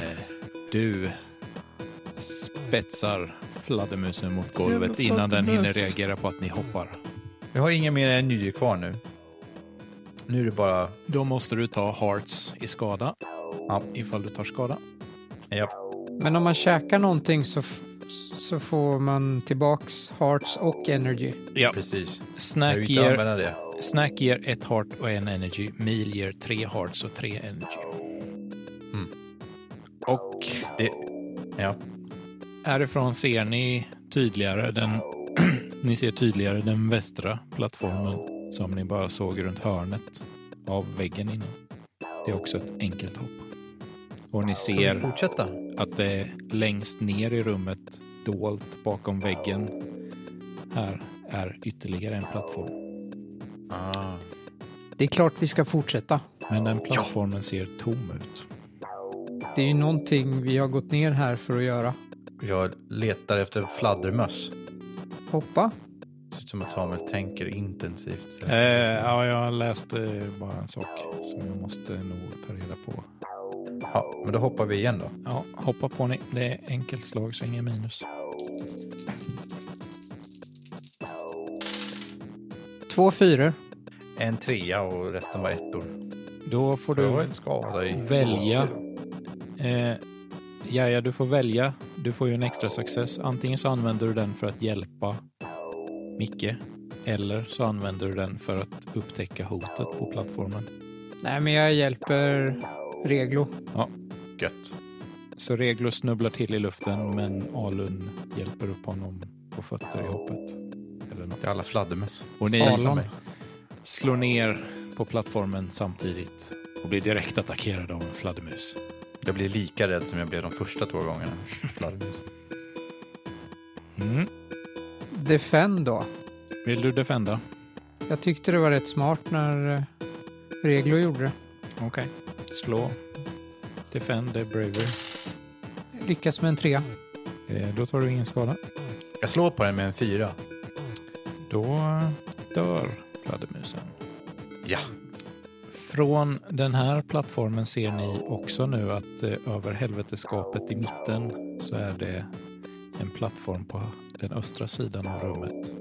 S2: du spetsar fladdermusen mot golvet
S1: Jävla
S2: innan den hinner
S1: fladdermus.
S2: reagera på att ni hoppar.
S1: Jag har ingen mer energi kvar nu. Nu är det bara...
S2: Då måste du ta hearts i skada,
S1: Ja.
S2: ifall du tar skada.
S1: ja.
S3: Men om man käkar någonting så, f- så får man tillbaks hearts och energy.
S2: Ja.
S1: Precis. Jag vill
S2: Snack
S1: inte
S2: ger,
S1: använda det.
S2: snack ger ett heart och en energy. Meal ger tre hearts och tre energy.
S1: Mm.
S2: Och
S1: det. Ja.
S2: härifrån ser ni tydligare den, ni ser tydligare den västra plattformen som ni bara såg runt hörnet av väggen innan. Det är också ett enkelt hopp. Och ni
S1: Kan vi
S2: ser
S1: fortsätta?
S2: att det är längst ner i rummet, dolt bakom väggen, här är ytterligare en plattform.
S1: Ah.
S3: Det är klart vi ska fortsätta.
S2: Men den plattformen ser tom ut.
S3: Det är ju någonting vi har gått ner här för att göra.
S1: Jag letar efter fladdermöss.
S3: Hoppa.
S1: Det ser ut som att Samuel tänker intensivt. Så.
S2: Eh, ja, jag läste bara en sak som jag måste nog ta reda på.
S1: Ja, men då hoppar vi igen då.
S2: Ja, hoppa på ni. Det är enkelt slag så inga minus.
S3: Två fyror.
S1: En trea och resten var ettor.
S2: Då får
S1: Det var
S2: du
S1: en skada i...
S2: välja. Eh, Jaja, du får välja. Du får ju en extra success. Antingen så använder du den för att hjälpa Micke. Eller så använder du den för att upptäcka hotet på plattformen.
S3: Nej, men jag hjälper Reglo.
S1: Gött.
S2: Så Reglo snubblar till i luften men Alun hjälper upp honom på fötter i hoppet. Eller något.
S1: Det är alla fladdermöss.
S2: Och ni liksom-
S1: Salon.
S2: slår ner på plattformen samtidigt och blir direkt attackerade av en fladdermus.
S1: Jag blir lika rädd som jag blev de första två gångerna. Fladdermus.
S2: Mm.
S3: Defend då.
S2: Vill du defenda?
S3: Jag tyckte det var rätt smart när eh, Reglo gjorde det.
S2: Okej. Slå. Defend the bravery.
S3: Lyckas med en trea.
S2: Eh, då tar du ingen skada.
S1: Jag slår på den med en fyra.
S2: Då dör fladdermusen.
S1: Ja.
S2: Från den här plattformen ser ni också nu att eh, över helveteskapet i mitten så är det en plattform på den östra sidan av rummet.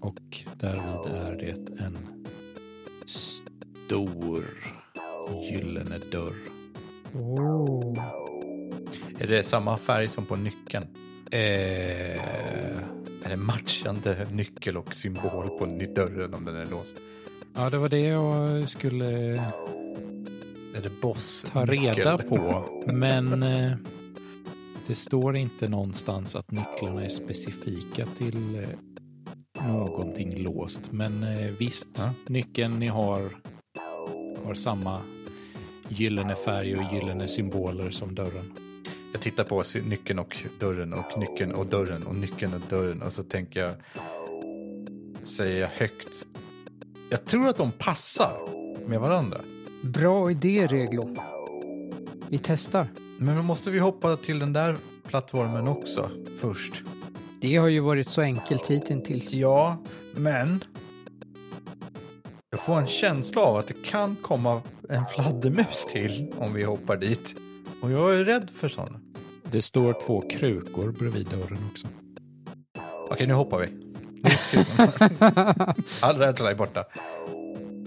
S2: Och därvid är det en stor gyllene dörr.
S3: Oh.
S1: Är det samma färg som på nyckeln?
S2: Eh,
S1: Är det matchande nyckel och symbol på ny- dörren om den är låst?
S2: ja, det var det jag skulle
S1: Är det boss?
S2: ta reda
S1: nyckel?
S2: på, men eh, det står inte någonstans att nycklarna är specifika till eh, någonting låst. Men eh, visst,
S1: Ja.
S2: nyckeln ni har har samma gyllene färg och gyllene symboler som dörren.
S1: Jag tittar på sy- nyckeln och dörren och nyckeln och dörren och nyckeln och dörren och så tänker jag, säger jag högt. Jag tror att de passar med varandra.
S3: Bra idé, Reglo. Vi testar.
S1: Men måste vi hoppa till den där plattformen också först?
S3: Det har ju varit så enkelt hittills.
S1: Ja, men jag får en känsla av att det kan komma en fladdermus till om vi hoppar dit. Och jag är rädd för sådana.
S2: Det står två krukor bredvid dörren också.
S1: Okej, nu hoppar vi. Nu ska vi- All rädsla är borta.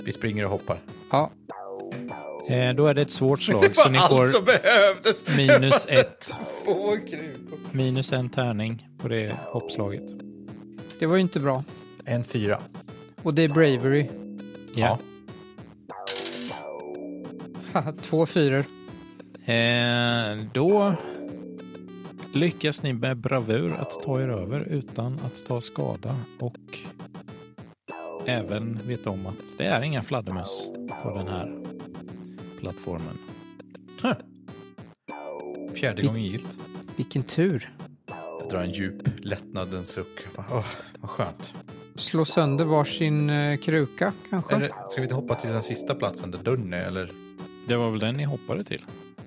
S1: Vi springer och hoppar.
S3: Ja,
S2: Eh, då är det ett svårt slag
S1: Det
S2: så ni
S1: var allt som
S2: får
S1: behövdes.
S2: minus ett,
S1: Två krukor.
S2: minus en tärning på det hoppslaget.
S3: det var ju inte bra.
S1: En fyra.
S3: Och det är Bravery.
S2: Ja.
S3: Haha, Två fyror.
S2: Eh, då lyckas ni med bravur att ta er över utan att ta skada och även veta om att det är inga fladdermöss på den här plattformen.
S1: Huh. Fjärde
S3: Vi-
S1: gången gilt.
S3: Vilken tur.
S1: Jag drar en djup lättnadens suck. Åh, vad skönt.
S3: Slå sönder varsin eh, kruka kanske.
S1: Är det, ska vi inte hoppa till den sista platsen där dörren är eller?
S2: Det var väl den ni hoppade till?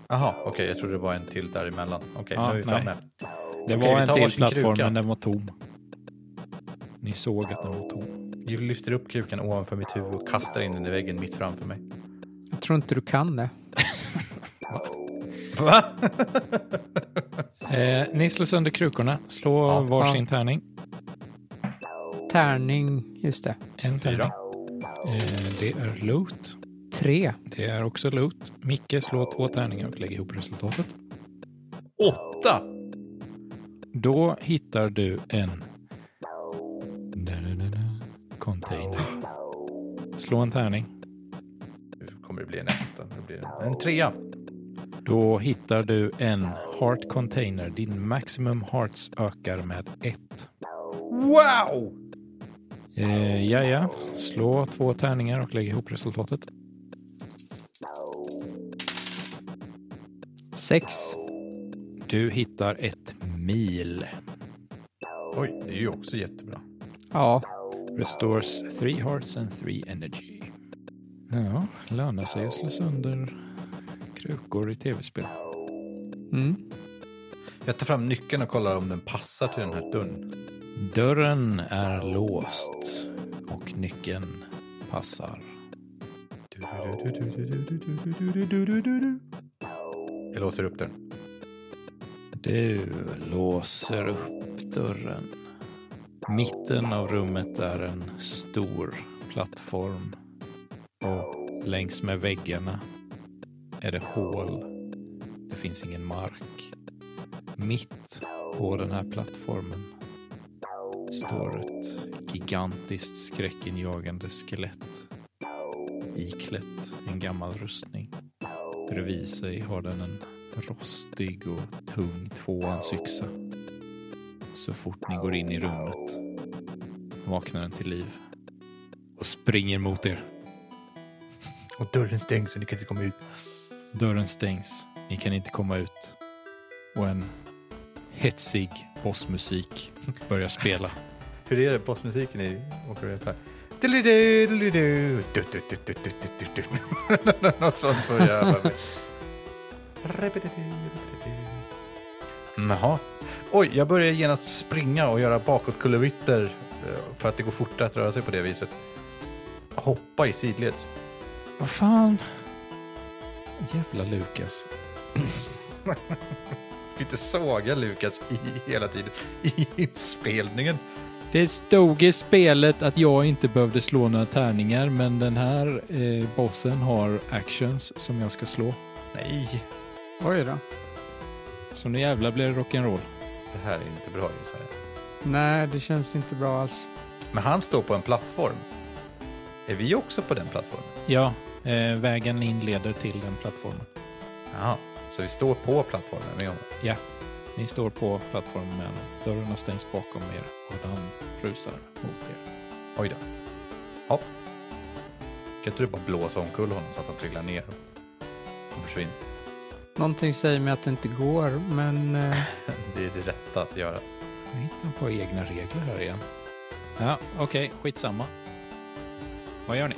S1: Jaha, okej, jag trodde det var en till däremellan. Okej,
S2: Ja,
S1: nu är vi
S2: nej.
S1: framme.
S2: Det
S1: Okej,
S2: var
S1: vi
S2: en
S1: tar
S2: till
S1: varsin
S2: plattform,
S1: kruka.
S2: men den var tom. Ni såg att den var tom.
S1: Jag lyfter upp kuken ovanför mitt huvud och kastar in den i väggen mitt framför mig.
S3: Jag tror inte du kan det.
S1: Va?
S2: Eh, ni slår sönder krukorna. Slå varsin tärning.
S3: Tärning, just det.
S2: En tärning.
S1: Fyra.
S2: Eh, det är loot.
S3: Tre.
S2: Det är också loot. Micke slår två tärningar och lägger ihop resultatet.
S1: Åtta!
S2: Då hittar du en Da-da-da-da. container. Slå en tärning.
S1: Nu kommer det bli en etta. Nu blir det en trea.
S2: Då hittar du en heart container. Din maximum hearts ökar med ett.
S1: Wow!
S2: Eh, jaja, slå två tärningar och lägg ihop resultatet.
S3: Sex.
S2: Du hittar ett mil.
S1: Oj, det är ju också jättebra.
S3: Ja,
S2: Restores three hearts and three energy. Ja, lönar sig att slå sönder krukor i tv-spel.
S3: mm.
S1: Jag tar fram nyckeln och kollar om den passar till den här dörren.
S2: Dörren är låst och nyckeln passar.
S1: Jag låser upp den.
S2: Du låser upp dörren. Mitten av rummet är en stor plattform och längs med väggarna är det hål. Det finns ingen mark. Mitt på den här plattformen står ett gigantiskt skräckinjagande skelett iklätt en gammal rustning. Bredvid sig har den en rostig och tung tvåansyxa. Så fort ni går in i rummet vaknar den till liv och springer mot er.
S5: Och dörren stängs så ni kan inte komma ut.
S2: Dörren stängs. Ni kan inte komma ut. Och en hetsig bossmusik börjar spela.
S1: Hur är det bossmusiken i Walker här?
S5: Diddelidu, diddelidu, du, du, du, du, du, du, du, du.
S1: Något sånt att göra. Jaha. Oj, jag börjar genast springa och göra bakåtkullerbyttor eh, för att det går fortare att röra sig på det viset. Hoppa i sidled.
S2: Vad fan? Jävla Lukas.
S1: Du kan inte såga Lukas i hela tiden i inspelningen.
S2: Det stod i spelet att jag inte behövde slå några tärningar, men den här eh, bossen har actions som jag ska slå.
S1: Nej,
S3: oj då.
S2: Så nu jävlar blir det rock'n'roll.
S1: det här är inte bra gissar jag.
S3: Nej, det känns inte bra alls.
S1: Men han står på en plattform. Är vi också på den plattformen?
S2: Ja, eh, vägen in leder till den plattformen.
S1: Jaha, så vi står på plattformen med honom.
S2: Ja, ni står på plattformen med honom. Dörren har stängts bakom er och han rusar mot er.
S1: Oj då. Hopp. Kan inte du bara blåsa omkull honom så att han trillar ner och försvinner?
S3: Någonting säger mig att det inte går, men eh,
S1: Det är det rätta att göra.
S2: Nu hittar han på egna regler här igen. Ja, okej, skitsamma. Vad gör ni?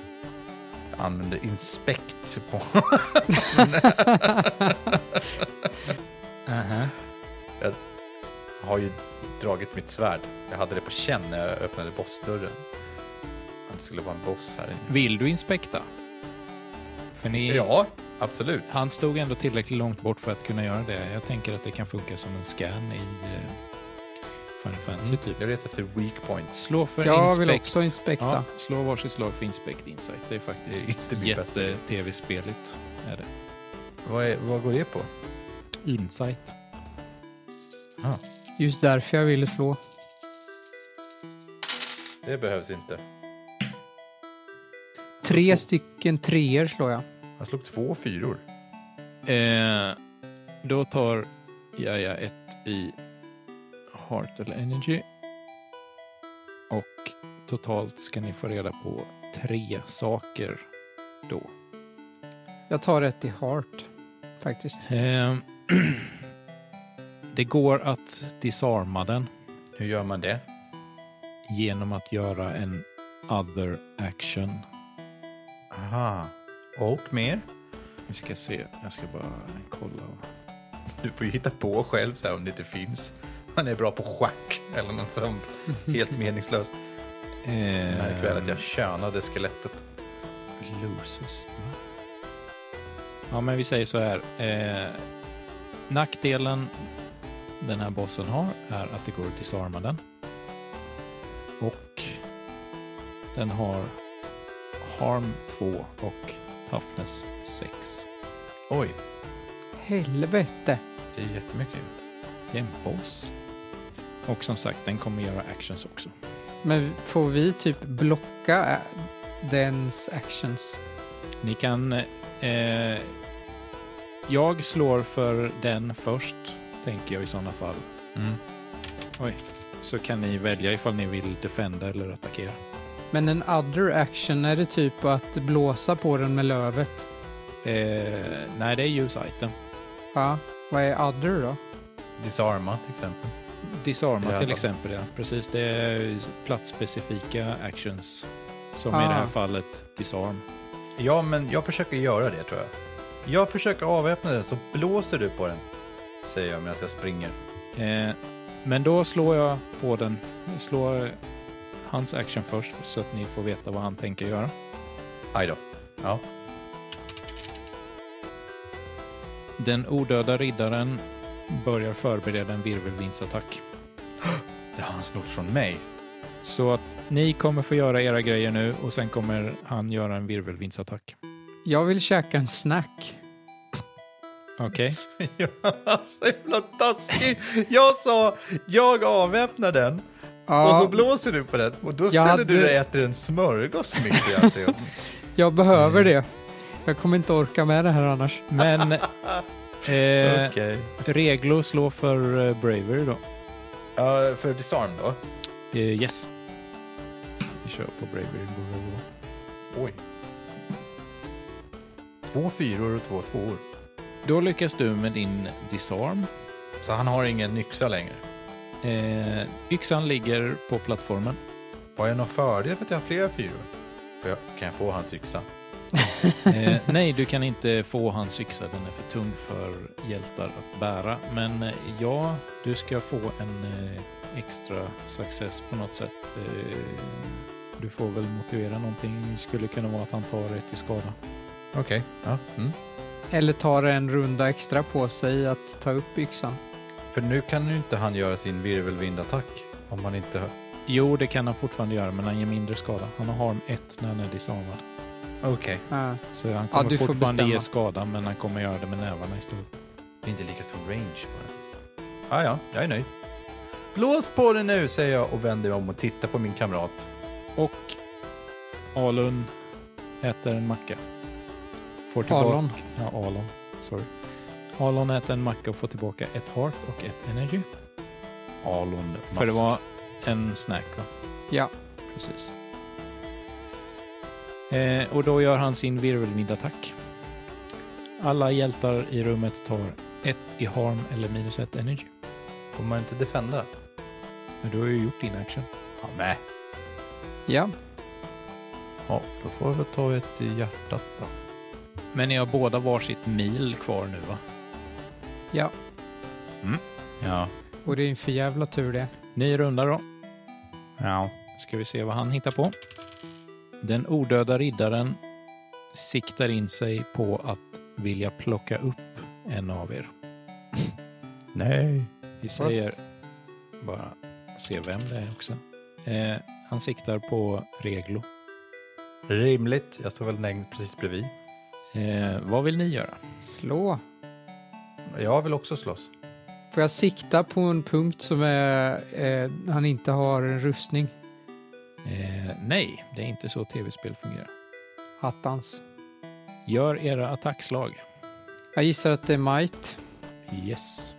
S1: Jag använder inspekt på... Jag har ju dragit mitt svärd. Jag hade det på känn när jag öppnade bossdörren. Att det skulle vara en boss här inne.
S2: Vill du inspekta? För ni,
S1: Ja, absolut.
S2: Han stod ändå tillräckligt långt bort för att kunna göra det. Jag tänker att det kan funka som en scan i eh, Final Fantasy typ.
S1: Jag letar efter weak points.
S2: Slå för
S3: jag
S2: inspect.
S3: vill också inspekta.
S2: Ja, slå varsitt slag för Inspect Insight. Det är faktiskt
S1: Det är inte mitt bästa.
S2: jätte-tv-speligt. Är det.
S1: Vad, är, vad går det på?
S2: Insight.
S3: Just därför jag ville slå.
S1: Det behövs inte.
S3: Tre stycken treor slår jag.
S1: Jag slog två fyror.
S2: Eh, då tar Jaja ett i Heart eller Energy. Och totalt ska ni få reda på tre saker då.
S3: Jag tar ett i heart, faktiskt.
S2: Eh, det går att disarma den
S1: Hur gör man det?
S2: genom att göra en other action.
S1: Aha. Och mer?
S2: Vi ska se, jag ska bara kolla.
S1: Du får ju hitta på själv så här om det inte finns. Man är bra på schack eller något sånt. Helt meningslöst.
S2: Eh,
S1: Märk väl att jag könade skelettet.
S2: Loses. Ja, men vi säger så här. Eh, nackdelen den här bossen har är att det går att disarma den. Och den har harm 2 och toughness 6.
S1: Oj,
S3: Helvete!
S1: det är jättemycket.
S2: Det är en boss. Och som sagt, den kommer göra actions också.
S3: Men får vi typ blocka ä- dens actions?
S2: Ni kan... Eh, jag slår för den först, tänker jag i sådana fall.
S1: Mm.
S2: Oj. Så kan ni välja ifall ni vill defenda eller attackera.
S3: Men en other action, är det typ att blåsa på den med lövet?
S2: Eh, nej, det är use item.
S3: Ja, Vad är other då?
S1: Disarma till exempel.
S2: Disarma
S1: I alla
S2: till
S1: fall.
S2: exempel, ja. Precis, det är platsspecifika actions. Som i
S3: Ah.
S2: det här fallet disarm.
S1: Ja, men jag försöker göra det tror jag. Jag försöker avväpna den så blåser du på den. Säger jag medan jag springer.
S2: Eh, men då slår jag på den. Jag slår eh, hans action först så att ni får veta vad han tänker göra.
S1: Aj då. Ja.
S2: Den odöda riddaren börjar förbereda en virvelvindsattack.
S1: Det har han snott från mig.
S2: Så att ni kommer få göra era grejer nu och sen kommer han göra en virvelvindsattack.
S3: Jag vill käka en snack.
S2: Okej?
S1: Ja, så jävla taskig. Jag sa, jag avväpnar den och
S3: Ja,
S1: så blåser du på den och då ställer
S3: ställer hade-
S1: du
S3: du
S1: dig
S3: dig
S1: och äter en smörgås mitt i alltihop.
S3: jag behöver det. Jag kommer inte orka med det här annars.
S2: Men... Eh,
S1: Okej.
S2: Reglo slår för eh, Bravery då.
S1: Ja, för disarm då?
S2: Eh, yes. Vi kör på Bravery.
S1: Oj. Två fyror och två tvåor.
S2: Då lyckas du med din disarm.
S1: Så han har ingen yxa längre.
S2: Eh, yxan ligger på plattformen.
S1: Har jag någon fördel för att jag har flera fyror? Får jag, kan jag få hans yxa?
S2: Eh, nej, du kan inte få hans yxa. Den är för tung för hjältar att bära. Men eh, ja, du ska få en eh, extra success på något sätt. Eh, du får väl motivera någonting. Det skulle kunna vara att han tar dig till skada.
S1: Okej. Ja. Mm.
S3: Eller tar en runda extra på sig att ta upp yxan.
S1: För nu kan ju inte han göra sin virvelvindattack om han inte...
S2: Jo, det kan han fortfarande göra, men han ger mindre skada. Han har harm 1 när han är disarmad.
S1: Okej.
S3: Ja.
S2: Så han
S3: Ja,
S2: kommer
S3: du får
S2: fortfarande ge
S3: bestämma.
S2: skada, men han kommer göra det med nävarna istället.
S1: Det är inte lika stor range på den. Ah, ja, jag är nöjd. Blås på den nu, säger jag och vänder mig om och tittar på min kamrat.
S2: Och Alun äter en macka. Får tillbaka,
S3: Alon.
S2: Ja, Alon. Sorry. Alon äter en macka och får tillbaka ett heart och ett energy.
S1: Alon Musk.
S2: För det var en snack, va?
S3: Ja.
S2: Precis. Eh, och då gör han sin virvelvindattack. Alla hjältar i rummet tar ett i harm eller minus ett energy.
S1: Får man inte defenda?
S2: Men du har ju gjort din action.
S1: Ja, nej.
S3: ja.
S1: Ja, då får jag väl ta ett i hjärtat då.
S2: Men ni har båda varsitt mil kvar nu va?
S3: Ja.
S1: Ja.
S3: Och det är en för jävla tur det.
S2: Ny runda då.
S1: Ja.
S2: Ska vi se vad han hittar på. Den odöda riddaren siktar in sig på att vilja plocka upp en av er.
S1: Nej.
S2: Vi säger bara se vem det är också. Eh, han siktar på Reglo.
S1: Rimligt. Jag står väl längd precis bredvid.
S2: Eh, vad vill ni göra?
S3: Slå.
S1: Jag vill också slåss.
S3: Får jag sikta på en punkt som är, eh, han inte har en rustning?
S2: Eh, nej, det är inte så tv-spel fungerar.
S3: Attans.
S2: Gör era attackslag.
S3: Jag gissar att det är might.
S2: Yes.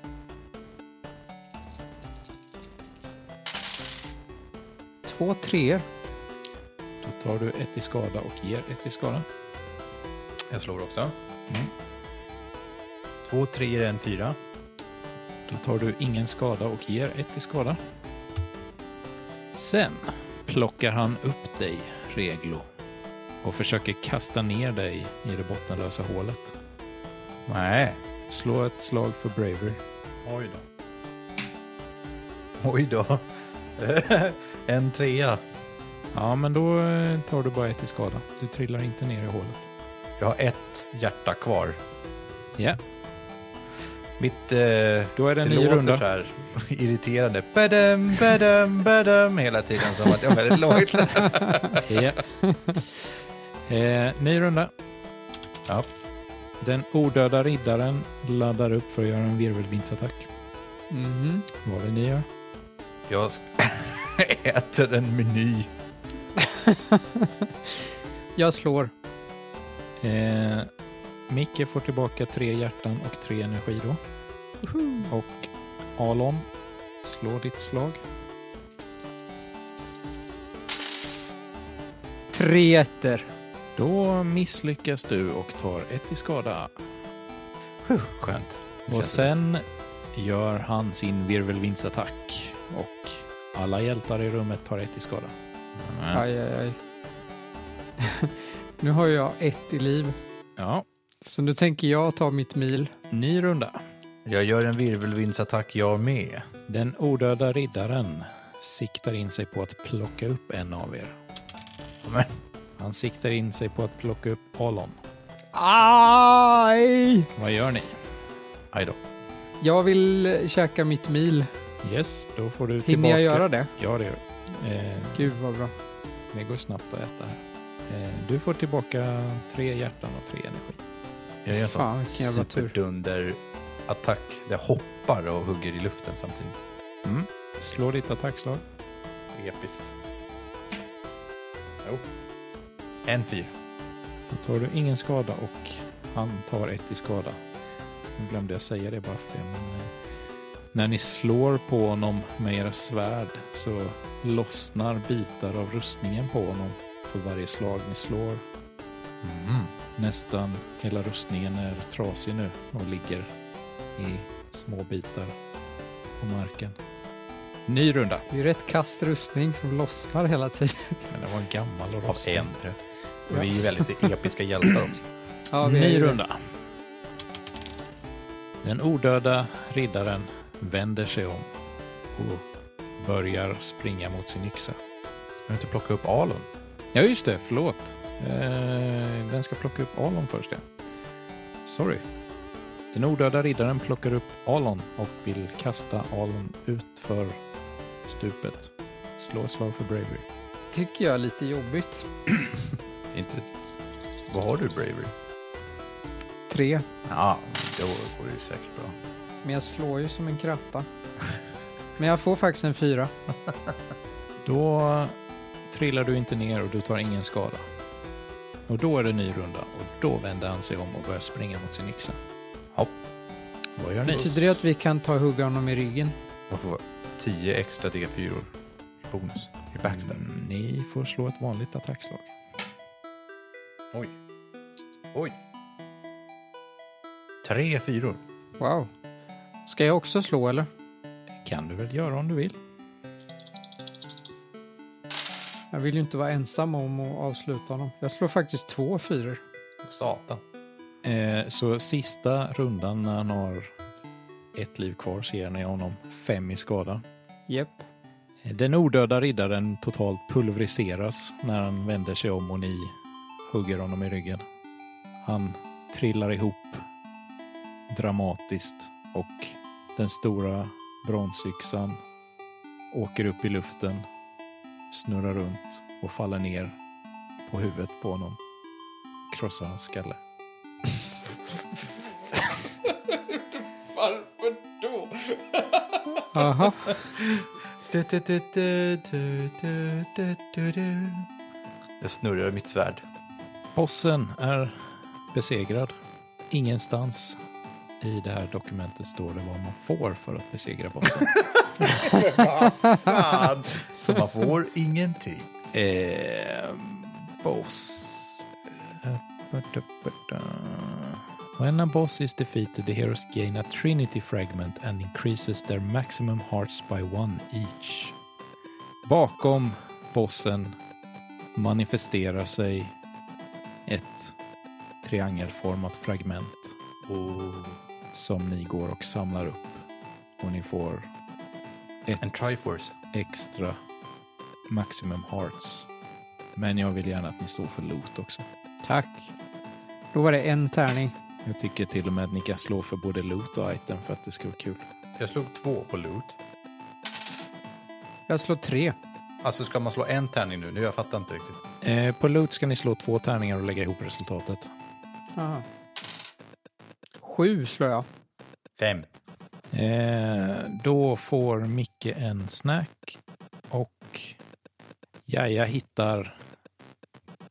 S3: Två treor.
S2: Då tar du ett i skada och ger ett i skada.
S1: Jag slår också. Mm. Två treor, en fyra.
S2: Då tar du ingen skada och ger ett i skada. Sen plockar han upp dig, Reglo, och försöker kasta ner dig i det bottenlösa hålet.
S1: Nej.
S2: Slå ett slag för Bravery.
S1: Oj då. Oj då. en trea.
S2: Ja, men då eh, tar du bara ett i skada. Du trillar inte ner i hålet.
S1: Jag har ett hjärta kvar.
S2: Ja,
S1: Mitt... Eh,
S2: då är det en
S1: det
S2: ny
S1: låter
S2: runda.
S1: så här irriterande. Badum, badum, badum hela tiden som att jag var väldigt lågt.
S2: Ja. Eh, ny runda.
S1: Ja.
S2: Den odöda riddaren laddar upp för att göra en virvelvindsattack.
S3: Mhm.
S2: Vad vill ni göra?
S1: Jag sk- äter en meny.
S3: Jag slår.
S2: Eh, Micke får tillbaka tre hjärtan och tre energi då. Och Alon, slå ditt slag.
S3: Tre ettor.
S2: Då misslyckas du och tar ett i skada.
S1: Skönt.
S2: Och sen gör han sin virvelvindsattack och alla hjältar i rummet tar ett i skada.
S4: Nej.
S3: Aj, aj, aj. nu har jag ett i liv.
S2: Ja,
S3: Så nu tänker jag ta mitt mil.
S2: ny runda.
S4: Jag gör en virvelvindsattack jag med.
S2: Den odöda riddaren siktar in sig på att plocka upp en av er.
S4: Men.
S2: Han siktar in sig på att plocka upp Alon.
S3: Aj!
S2: Vad gör ni?
S4: Aj då.
S3: Jag vill käka mitt mil.
S2: Yes, då får du
S3: Hinner
S2: tillbaka...
S3: jag göra det?
S2: Ja, det gör du. Eh,
S3: Gud vad bra.
S2: det går snabbt att äta här. Eh, du får tillbaka tre hjärtan och tre energi.
S4: Jag gör en sån
S3: Fan, vilken jävla tur.
S4: superdunder-attack där jag hoppar och hugger i luften samtidigt.
S2: Slå ditt attackslag.
S4: Episkt. Jo. En fyra.
S2: Då tar du ingen skada och han tar ett i skada. Nu glömde jag säga det bara för det. Men eh, när ni slår på honom med era svärd så lossnar bitar av rustningen på honom för varje slag ni slår.
S4: Mm.
S2: Nästan hela rustningen är trasig nu och ligger i små bitar på marken. Ny runda.
S3: Det är ju rätt kast rustning som lossnar hela tiden.
S2: Men den var gammal
S4: Av
S2: och rostig.
S4: en. Och vi är väldigt episka hjältar också.
S3: Ja, vi är
S2: Ny
S3: ju det.
S2: runda. Den odöda riddaren vänder sig om och börjar springa mot sin yxa.
S4: Jag vill inte plocka upp Alon.
S2: Ja, just det. Förlåt. Eh, den ska plocka upp Alon först, ja. Sorry. Den odöda riddaren plockar upp Alon och vill kasta Alon ut för stupet. Slå ett slag för Bravery.
S3: Tycker jag är lite jobbigt.
S4: Inte... Vad har du Bravery?
S3: Tre.
S4: Ja, då går det ju säkert bra.
S3: Men jag slår ju som en kratta. Men jag får faktiskt en fyra.
S2: Då trillar du inte ner och du tar ingen skada. Och då är det ny runda och då vänder han sig om och börjar springa mot sin yxa.
S4: Hopp.
S2: Vad gör ni?
S3: Betyder det att vi kan ta och hugga honom i ryggen?
S4: Man får 10 extra D4 bonus i backstab.
S2: Mm, Ni får slå ett vanligt attackslag.
S4: Oj. Oj. Tre fyror.
S3: Wow. Ska jag också slå eller?
S2: kan du väl göra om du vill.
S3: Jag vill ju inte vara ensam om att avsluta honom. Jag slår faktiskt två fyror.
S4: Satan.
S2: Eh, så sista rundan när han har ett liv kvar så ger ni honom fem i skada.
S3: Jep.
S2: Den odöda riddaren totalt pulveriseras när han vänder sig om och ni hugger honom i ryggen. Han trillar ihop dramatiskt och den stora bronsyxan åker upp i luften, snurrar runt och faller ner på huvudet på honom. Krossar hans skalle.
S3: Aha.
S4: Jag snurrar mitt svärd.
S2: Bossen är besegrad. Ingenstans i det här dokumentet står det vad man får för att besegra bossen.
S4: Fan! Så man får ingenting.
S2: eh, boss... When a boss is defeated, the heroes gain a trinity fragment and increases their maximum hearts by one each. Bakom bossen manifesterar sig ett triangelformat fragment som ni går och samlar upp. Och ni får ett
S4: En triforce.
S2: extra maximum hearts. Men jag vill gärna att ni står för loot också.
S3: Tack. Då var det en tärning.
S2: Jag tycker till och med att ni kan slå för både loot och item för att det ska vara kul.
S4: Jag slog två på loot.
S3: Jag slår tre.
S4: Alltså ska man slå en tärning nu? Nu jag fattar inte riktigt.
S2: Eh, på loot ska ni slå två tärningar och lägga ihop resultatet.
S3: Aha. Sju slår jag.
S4: Fem.
S2: Eh, då får Micke en snack och Jaja hittar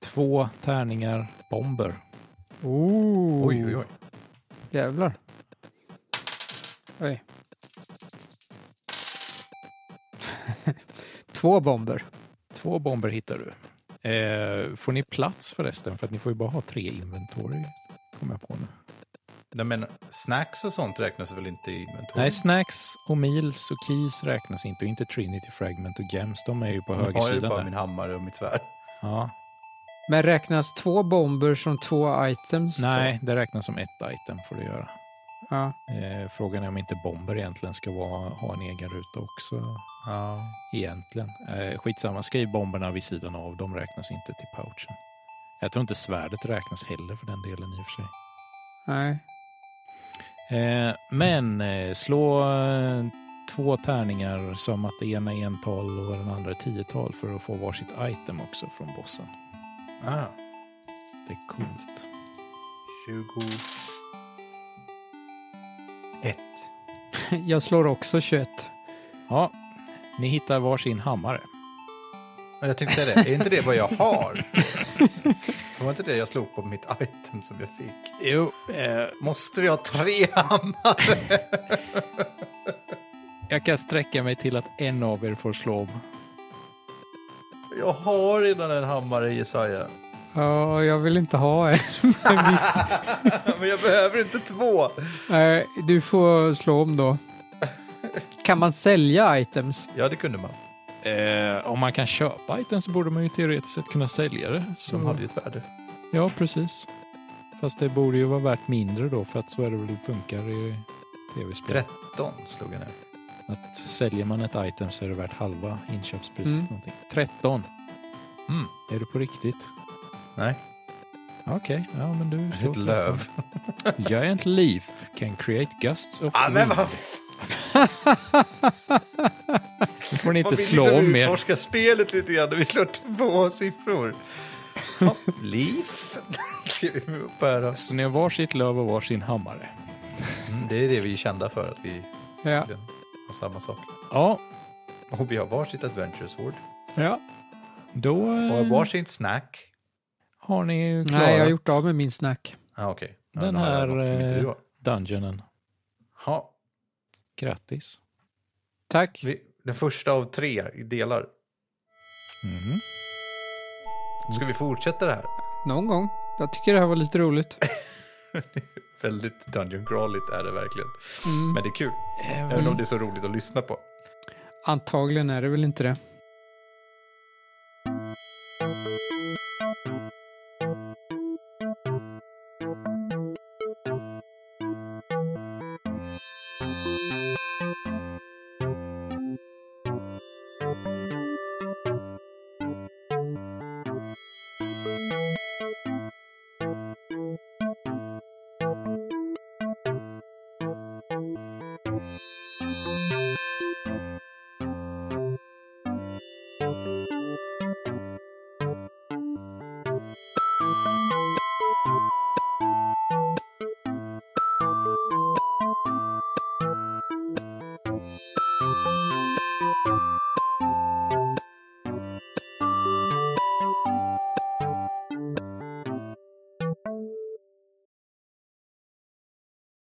S2: två tärningar bomber.
S3: Oh.
S4: Oj, oj, oj.
S3: Jävlar. Oj. Två bomber.
S2: Två bomber hittar du. Eh, får ni plats förresten? För att ni får ju bara ha tre inventory. Kommer jag på nu.
S1: Jag menar, snacks och sånt räknas väl inte i inventor?
S2: Nej, snacks och meals och keys räknas inte. Och inte Trinity Fragment och Gems. De är ju på
S1: jag har ju
S2: högersidan.
S1: bara
S2: där.
S1: min hammare och mitt svärd.
S2: Ja.
S3: Men räknas två bomber som två items? då?
S2: Nej, det räknas som ett item får du göra.
S3: Ja.
S2: Eh, frågan är om inte bomber egentligen ska vara, ha en egen ruta också.
S1: Ja.
S2: Egentligen. Eh, skitsamma, skriv bomberna vid sidan av. De räknas inte till pouchen. Jag tror inte svärdet räknas heller för den delen i och för sig.
S3: Nej.
S2: Eh, men eh, slå eh, två tärningar som att det ena är ental och den andra är tiotal för att få varsitt item också från bossen.
S1: Ah,
S2: Det är coolt.
S1: 20... Ett.
S3: Jag slår också 21.
S2: Ja, ni hittar varsin hammare.
S1: Ja, Jag tänkte säga det. Är inte det vad jag har? Det var inte det jag slog på mitt item som jag fick.
S2: Jo, eh,
S1: Måste vi ha tre hammare?
S2: jag kan sträcka mig till att en av er får slå.
S1: Jag har redan en hammare, Jesaja.
S3: Ja, jag vill inte ha en. Men visst.
S1: Men jag behöver inte två.
S3: Nej, du får slå om då. Kan man sälja items?
S1: Ja, det kunde man.
S2: Eh, om man kan köpa item så borde man ju teoretiskt sett kunna sälja det. Så,
S1: De hade ju ett värde.
S2: Ja, precis. Fast det borde ju vara värt mindre då för att så är det väl det funkar i tv-spel.
S1: 13 slog jag nu.
S2: Att säljer man ett item så är det värt halva inköpspriset.
S3: Mm.
S2: Någonting. 13.
S1: Mm.
S2: Är du på riktigt?
S1: Nej,
S2: Okej, ja men du slår
S1: ett
S2: 13.
S1: löv.
S2: Giant leaf can create gusts of
S1: Ah, men
S2: wind.
S1: vad
S2: Nu får ni
S1: Man
S2: inte
S1: vill
S2: slå om er.
S1: liksom utforska spelet lite grann. Vi slår två siffror. Ja, Leaf. Skriver vi upp här då.
S2: Så ni har varsitt löv och varsin hammare.
S1: Mm, det är det vi är kända för, att vi
S3: Ja.
S1: har samma sak.
S2: Ja,
S1: Och vi har varsitt Adventure Sword.
S3: ja.
S2: då eh,
S1: Och varsitt snack.
S2: har ni ju klarat
S3: Nej, jag har gjort av med min snack.
S1: Ah, okej. Ja,
S2: Den
S1: då har jag
S2: här, eh,
S1: något som inte du har.
S2: dungeonen.
S1: Ja,
S2: Grattis.
S3: Tack.
S1: vi- den första av tre delar.
S2: Mhm.
S1: Ska vi fortsätta det här?
S3: Någon gång. Jag tycker det här var lite roligt.
S1: Väldigt Dungeon Crawligt är det verkligen.
S3: Mm.
S1: Men det är kul. Även om det är så roligt att lyssna på.
S3: Antagligen är det väl inte det.